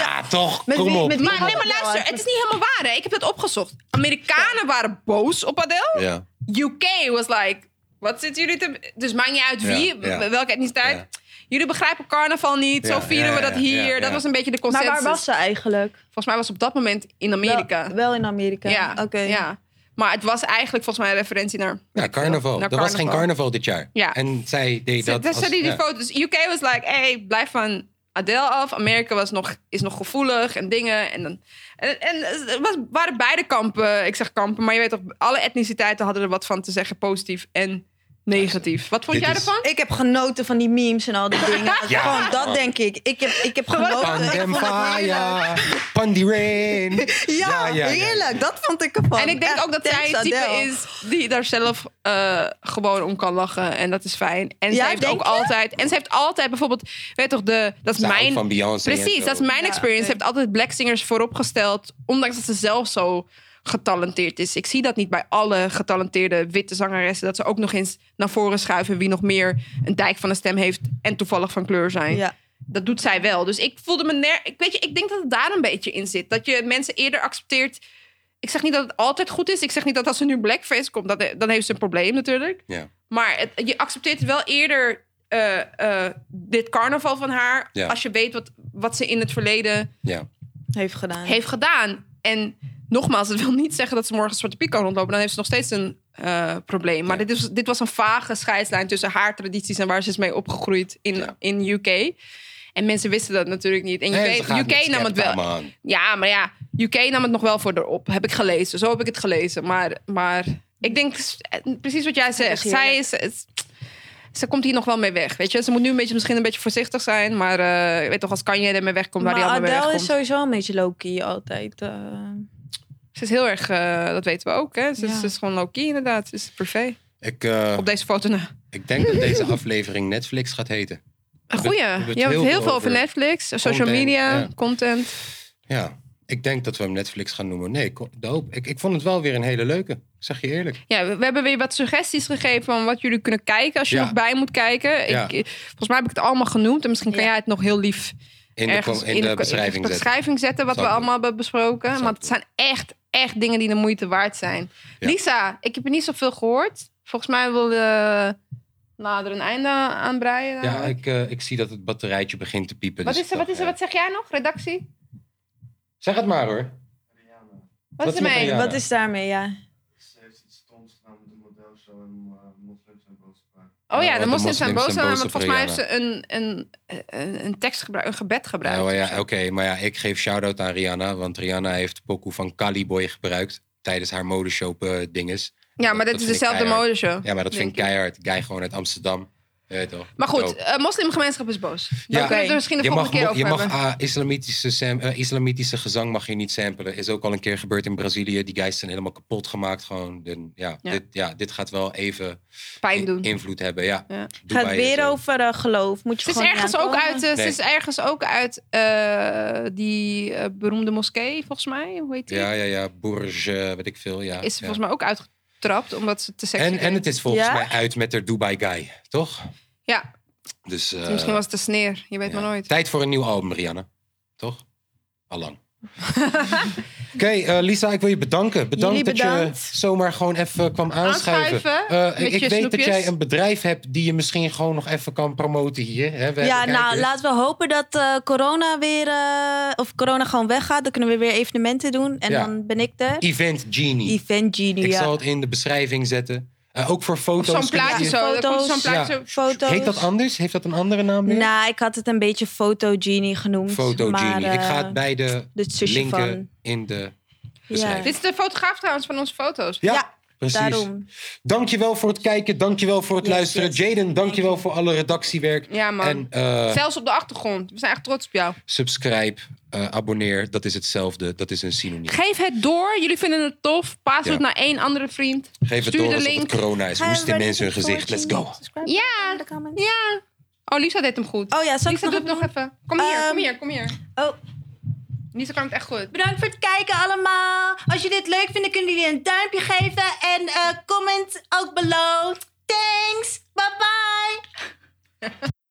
S1: Ja, Ah, toch.
S3: Met
S1: kom
S3: wie-
S1: op.
S3: met wie-
S2: Maar, nee, maar luister, het is niet helemaal waar. Hè. Ik heb dat opgezocht. Amerikanen waren boos op Adele.
S1: Ja.
S2: UK was like, wat zitten jullie te... Dus maakt niet uit wie,
S1: Ja, ja.
S2: w- welke etniciteit.
S1: Ja.
S2: Jullie begrijpen carnaval niet,
S1: Ja,
S2: zo vieren
S1: ja,
S2: we
S1: ja,
S2: dat
S1: ja,
S2: hier.
S1: ja.
S2: Dat was een beetje de
S3: Maar
S2: consensus.
S3: waar was ze eigenlijk?
S2: Volgens mij was ze op dat moment in
S3: Wel-
S2: Amerika.
S3: Wel, in Amerika.
S2: ja,
S3: Oké.
S2: ja, maar het was eigenlijk volgens mij een referentie naar...
S1: Ja, carnaval.
S2: Naar
S1: er was geen
S2: Nou, carnaval.
S1: carnaval dit jaar.
S2: Ja.
S1: En zij deed
S2: Dat,
S1: dat.
S2: dat
S1: als-
S2: zijn die, die
S1: ja.
S2: foto's. UK was like, hey, blijf van Adele af. Amerika was nog, is nog gevoelig en dingen. En, dan, en, en het was, waren beide kampen, ik zeg kampen, maar je weet toch, alle etniciteiten hadden er wat van te zeggen, positief en negatief. Wat vond
S1: Dit
S2: jij
S1: is-
S2: ervan?
S3: Ik heb genoten van die memes en al die dingen.
S1: Ja.
S3: Gewoon dat denk ik. Ik heb, ik heb
S2: Oh,
S3: genoten. Ik
S1: Pandem
S3: vond het heerlijk.
S1: fire, pandiren.
S3: Ja, heerlijk. Dat vond ik ervan.
S2: En ik denk
S3: Echt,
S2: ook dat
S3: thanks,
S2: zij het type
S3: Adele.
S2: is die daar zelf eh, gewoon om kan lachen. En dat is fijn. En
S3: Ja,
S2: ze heeft
S3: denk
S2: ook
S3: je?
S2: altijd. En ze heeft altijd bijvoorbeeld. Weet toch, de, dat is
S1: Ze houdt
S2: mijn.
S1: van Beyoncé en
S2: Precies,
S1: zo.
S2: dat is mijn
S3: Ja,
S2: experience. Ze
S3: oké.
S2: heeft altijd black singers vooropgesteld. Ondanks dat ze zelf zo getalenteerd is. Ik zie dat niet bij alle getalenteerde witte zangeressen. Dat ze ook nog eens naar voren schuiven wie nog meer een dijk van een stem heeft. En toevallig van kleur zijn.
S3: Ja.
S2: Dat doet zij wel. Dus ik voelde me ner. Ik, weet je, ik denk dat het daar een beetje in zit. Dat je mensen eerder accepteert. Ik zeg niet dat het altijd goed is. Ik zeg niet dat als ze nu blackface komt, dat, dan heeft ze een probleem natuurlijk.
S1: Ja.
S2: Maar het- je accepteert wel eerder eh, eh, dit carnaval van haar.
S1: Ja.
S2: Als je weet wat, wat ze in het verleden
S1: Ja.
S3: Heeft gedaan.
S2: heeft gedaan. En nogmaals, het wil niet zeggen dat ze morgen Zwarte Piet kan rondlopen. Dan heeft ze nog steeds een eh, probleem. Maar
S1: Ja.
S2: dit, is, dit was een vage scheidslijn tussen haar tradities en waar ze is mee opgegroeid in,
S1: Ja.
S2: in UK. En mensen wisten dat natuurlijk niet. En je
S1: Nee,
S2: weet,
S1: ze gaat
S2: UK
S1: met
S2: nam het
S1: Skepta,
S2: wel.
S1: man.
S2: Ja, maar ja, UK nam het nog wel voor erop. Heb ik gelezen. Zo heb ik het gelezen. Maar, maar ik denk s- eh, precies wat jij zegt.
S3: is
S2: Zij is. het- ze komt hier nog wel mee weg. Weet je, ze moet nu een beetje, misschien een beetje voorzichtig zijn. Maar eh, je weet toch, als Kanye ermee wegkomt, waar
S3: Maar
S2: hij allemaal mee
S3: Adele
S2: wegkomt.
S3: is sowieso een beetje low-key altijd. eh.
S2: Ze is heel erg, eh, dat weten we ook. Hè? Ze, is-
S3: Ja.
S2: ze is gewoon low-key inderdaad. Ze is privé.
S1: Ik, eh,
S2: Op deze foto na.
S1: ik denk dat deze aflevering Netflix gaat heten.
S2: Een
S1: we
S2: goeie.
S1: hebben het
S2: Je hebt
S1: heel
S2: heel
S1: veel
S2: veel over
S1: over
S2: Netflix, social
S1: content,
S2: media,
S1: ja.
S2: content.
S1: Ja. Ik denk dat we hem Netflix gaan noemen. Nee, ko- dope. Ik, ik vond het wel weer een hele leuke. Ik zeg je eerlijk.
S2: Ja, we, we hebben weer wat suggesties gegeven van wat jullie kunnen kijken als je
S1: Ja.
S2: nog bij moet kijken.
S1: Ja.
S2: Ik, volgens mij heb ik het allemaal genoemd en misschien kan
S3: Ja.
S2: jij het nog heel lief
S1: In de,
S2: ergens
S1: ko- in de, beschrijving zetten.
S2: beschrijving zetten wat
S1: Zal
S2: we
S1: ik doen.
S2: allemaal hebben besproken.
S1: Zal ik
S2: Want het zijn echt, echt dingen die de moeite waard zijn.
S1: Ja.
S2: Lisa, ik heb er niet zoveel gehoord. Volgens mij wilde eh, nou, er een einde aan breien.
S1: Ja, ik, eh, ik zie dat het batterijtje begint te piepen.
S2: Wat
S1: dus
S2: is, er,
S1: ik
S2: wat,
S1: dacht,
S2: is er,
S1: ja.
S2: wat zeg jij nog? Redactie? Oh
S1: Zeg het maar hoor. Wat
S2: Wat, is
S1: is
S2: er
S1: met
S2: mee?
S1: Rihanna? Ja.
S3: Wat is daarmee, ja?
S4: Ze heeft iets stoms gedaan met een model zo en uh, moslims zijn boos op haar.
S2: Oh ja,
S1: Ja,
S2: de
S1: Nou, de
S2: moslims zijn boos
S1: moslims
S2: aan
S1: zijn
S2: haar,
S1: boos op
S2: want volgens mij heeft ze een, een, een, een tekst gebruikt, een gebed gebruikt.
S1: Nou ja,
S2: of zo.
S1: oké. maar ja, ik geef shout-out aan Rihanna. Want Rihanna heeft pokoe van Caliboy gebruikt. Tijdens haar modeshow eh, dinges.
S2: ja
S1: dat
S2: maar dat, is
S1: vind ik
S2: dezelfde
S1: keihard.
S2: modeshow.
S1: Ja, maar dat
S2: Denk
S1: vind ik keihard. Guy gewoon uit Amsterdam. Ja, toch?
S2: Maar goed,
S1: Dope.
S2: eh, moslimgemeenschap is boos. Daar
S1: Ja.
S2: kunnen we het er misschien de
S1: Je mag,
S2: volgende keer
S1: mo- je
S2: over
S1: mag ah,
S2: hebben.
S1: islamitische, sam- eh, islamitische gezang mag je niet samplen. Is ook al een keer gebeurd in Brazilië. Die guys zijn helemaal kapot gemaakt. Gewoon, En ja,
S2: Ja.
S1: Dit, ja, dit gaat wel even
S2: Pijn
S1: in-
S2: doen.
S1: invloed hebben. Ja.
S2: Ja.
S3: Gaat
S1: Dubai en
S3: weer
S1: zo.
S3: over eh, geloof. Moet je
S2: Ze is,
S3: gewoon
S2: ergens
S3: niet aan
S2: ook
S3: komen.
S2: uit, eh, ze
S1: Nee.
S2: is ergens ook uit eh, die eh, beroemde moskee, volgens mij. Hoe heet die?
S1: Ja, ja, ja. Bourges, eh, weet ik veel. Ja,
S2: is ze
S1: ja.
S2: volgens mij ook uitgetrapt, omdat ze te seksueel
S1: En, en het is volgens
S3: Ja?
S1: mij uit met de Dubai guy, toch?
S2: Ja,
S1: Dus, eh,
S2: misschien was het een sneer. Je weet
S1: ja.
S2: maar nooit.
S1: Tijd voor een nieuw album, Rihanna. Toch? Allang. Oké, eh, Lisa, ik wil je bedanken. Bedankt
S3: Jullie
S1: dat
S3: bedankt.
S1: je zomaar gewoon even kwam aanschuiven.
S2: Aanschuiven,
S1: Eh,
S2: met
S1: ik
S2: je
S1: ik weet dat
S2: snoepjes.
S1: jij een bedrijf hebt die je misschien gewoon nog even kan promoten hier. Hè? We
S3: Ja,
S1: hebben
S3: nou,
S1: kijkers.
S3: laten we hopen dat eh, corona weer... eh, of corona gewoon weggaat. Dan kunnen we weer evenementen doen. En
S1: Ja.
S3: dan ben ik er.
S1: Event Genie.
S3: Event Genie,
S1: ik
S3: ja.
S1: zal het in de beschrijving zetten. Eh, ook voor
S2: Of
S1: foto's.
S2: zo'n
S1: kun je-
S2: plaatje zo. dan komt zo'n
S3: Foto's.
S2: plaatje zo.
S3: Foto's.
S1: Heet dat anders? Heeft dat een andere naam weer?
S3: Nou, ik had het een beetje Photo Genie genoemd.
S1: Foto
S3: maar,
S1: Genie. ik ga het
S3: eh,
S1: bij de
S3: het zusje
S1: linken
S3: van.
S1: in de
S3: Ja,
S1: beschrijving.
S2: Dit is de fotograaf trouwens van onze foto's.
S1: Ja,
S3: Ja,
S1: precies.
S3: daarom.
S1: Dankjewel voor het kijken. Dankjewel voor het
S3: Yes,
S1: luisteren.
S3: yes.
S1: Jaden, dankjewel voor alle redactiewerk.
S2: Ja, man.
S1: En eh,
S2: Zelfs op de achtergrond. We zijn echt trots op jou.
S1: subscribe, eh, abonneer. Dat is hetzelfde. Dat is een synoniem.
S2: Geef het door. Jullie vinden het tof. Pas
S1: Ja.
S2: het naar één andere vriend.
S1: Geef het
S2: Stuur
S1: door
S2: de
S1: als het
S2: link.
S1: corona is. Hoest in mensen hun gezicht. Let's go.
S2: Ja. Ja. Oh, Lisa deed hem goed.
S3: Oh ja,
S2: Lisa,
S3: zal ik het
S2: doe
S3: nog
S2: het nog even. Kom hier,
S3: Ehm,
S2: kom hier, kom hier.
S3: Oh.
S2: Lisa kan het echt goed.
S3: Bedankt voor het kijken allemaal. Als jullie dit leuk vinden, kunnen jullie een duimpje geven. En eh, comment ook below. Thanks. Bye bye.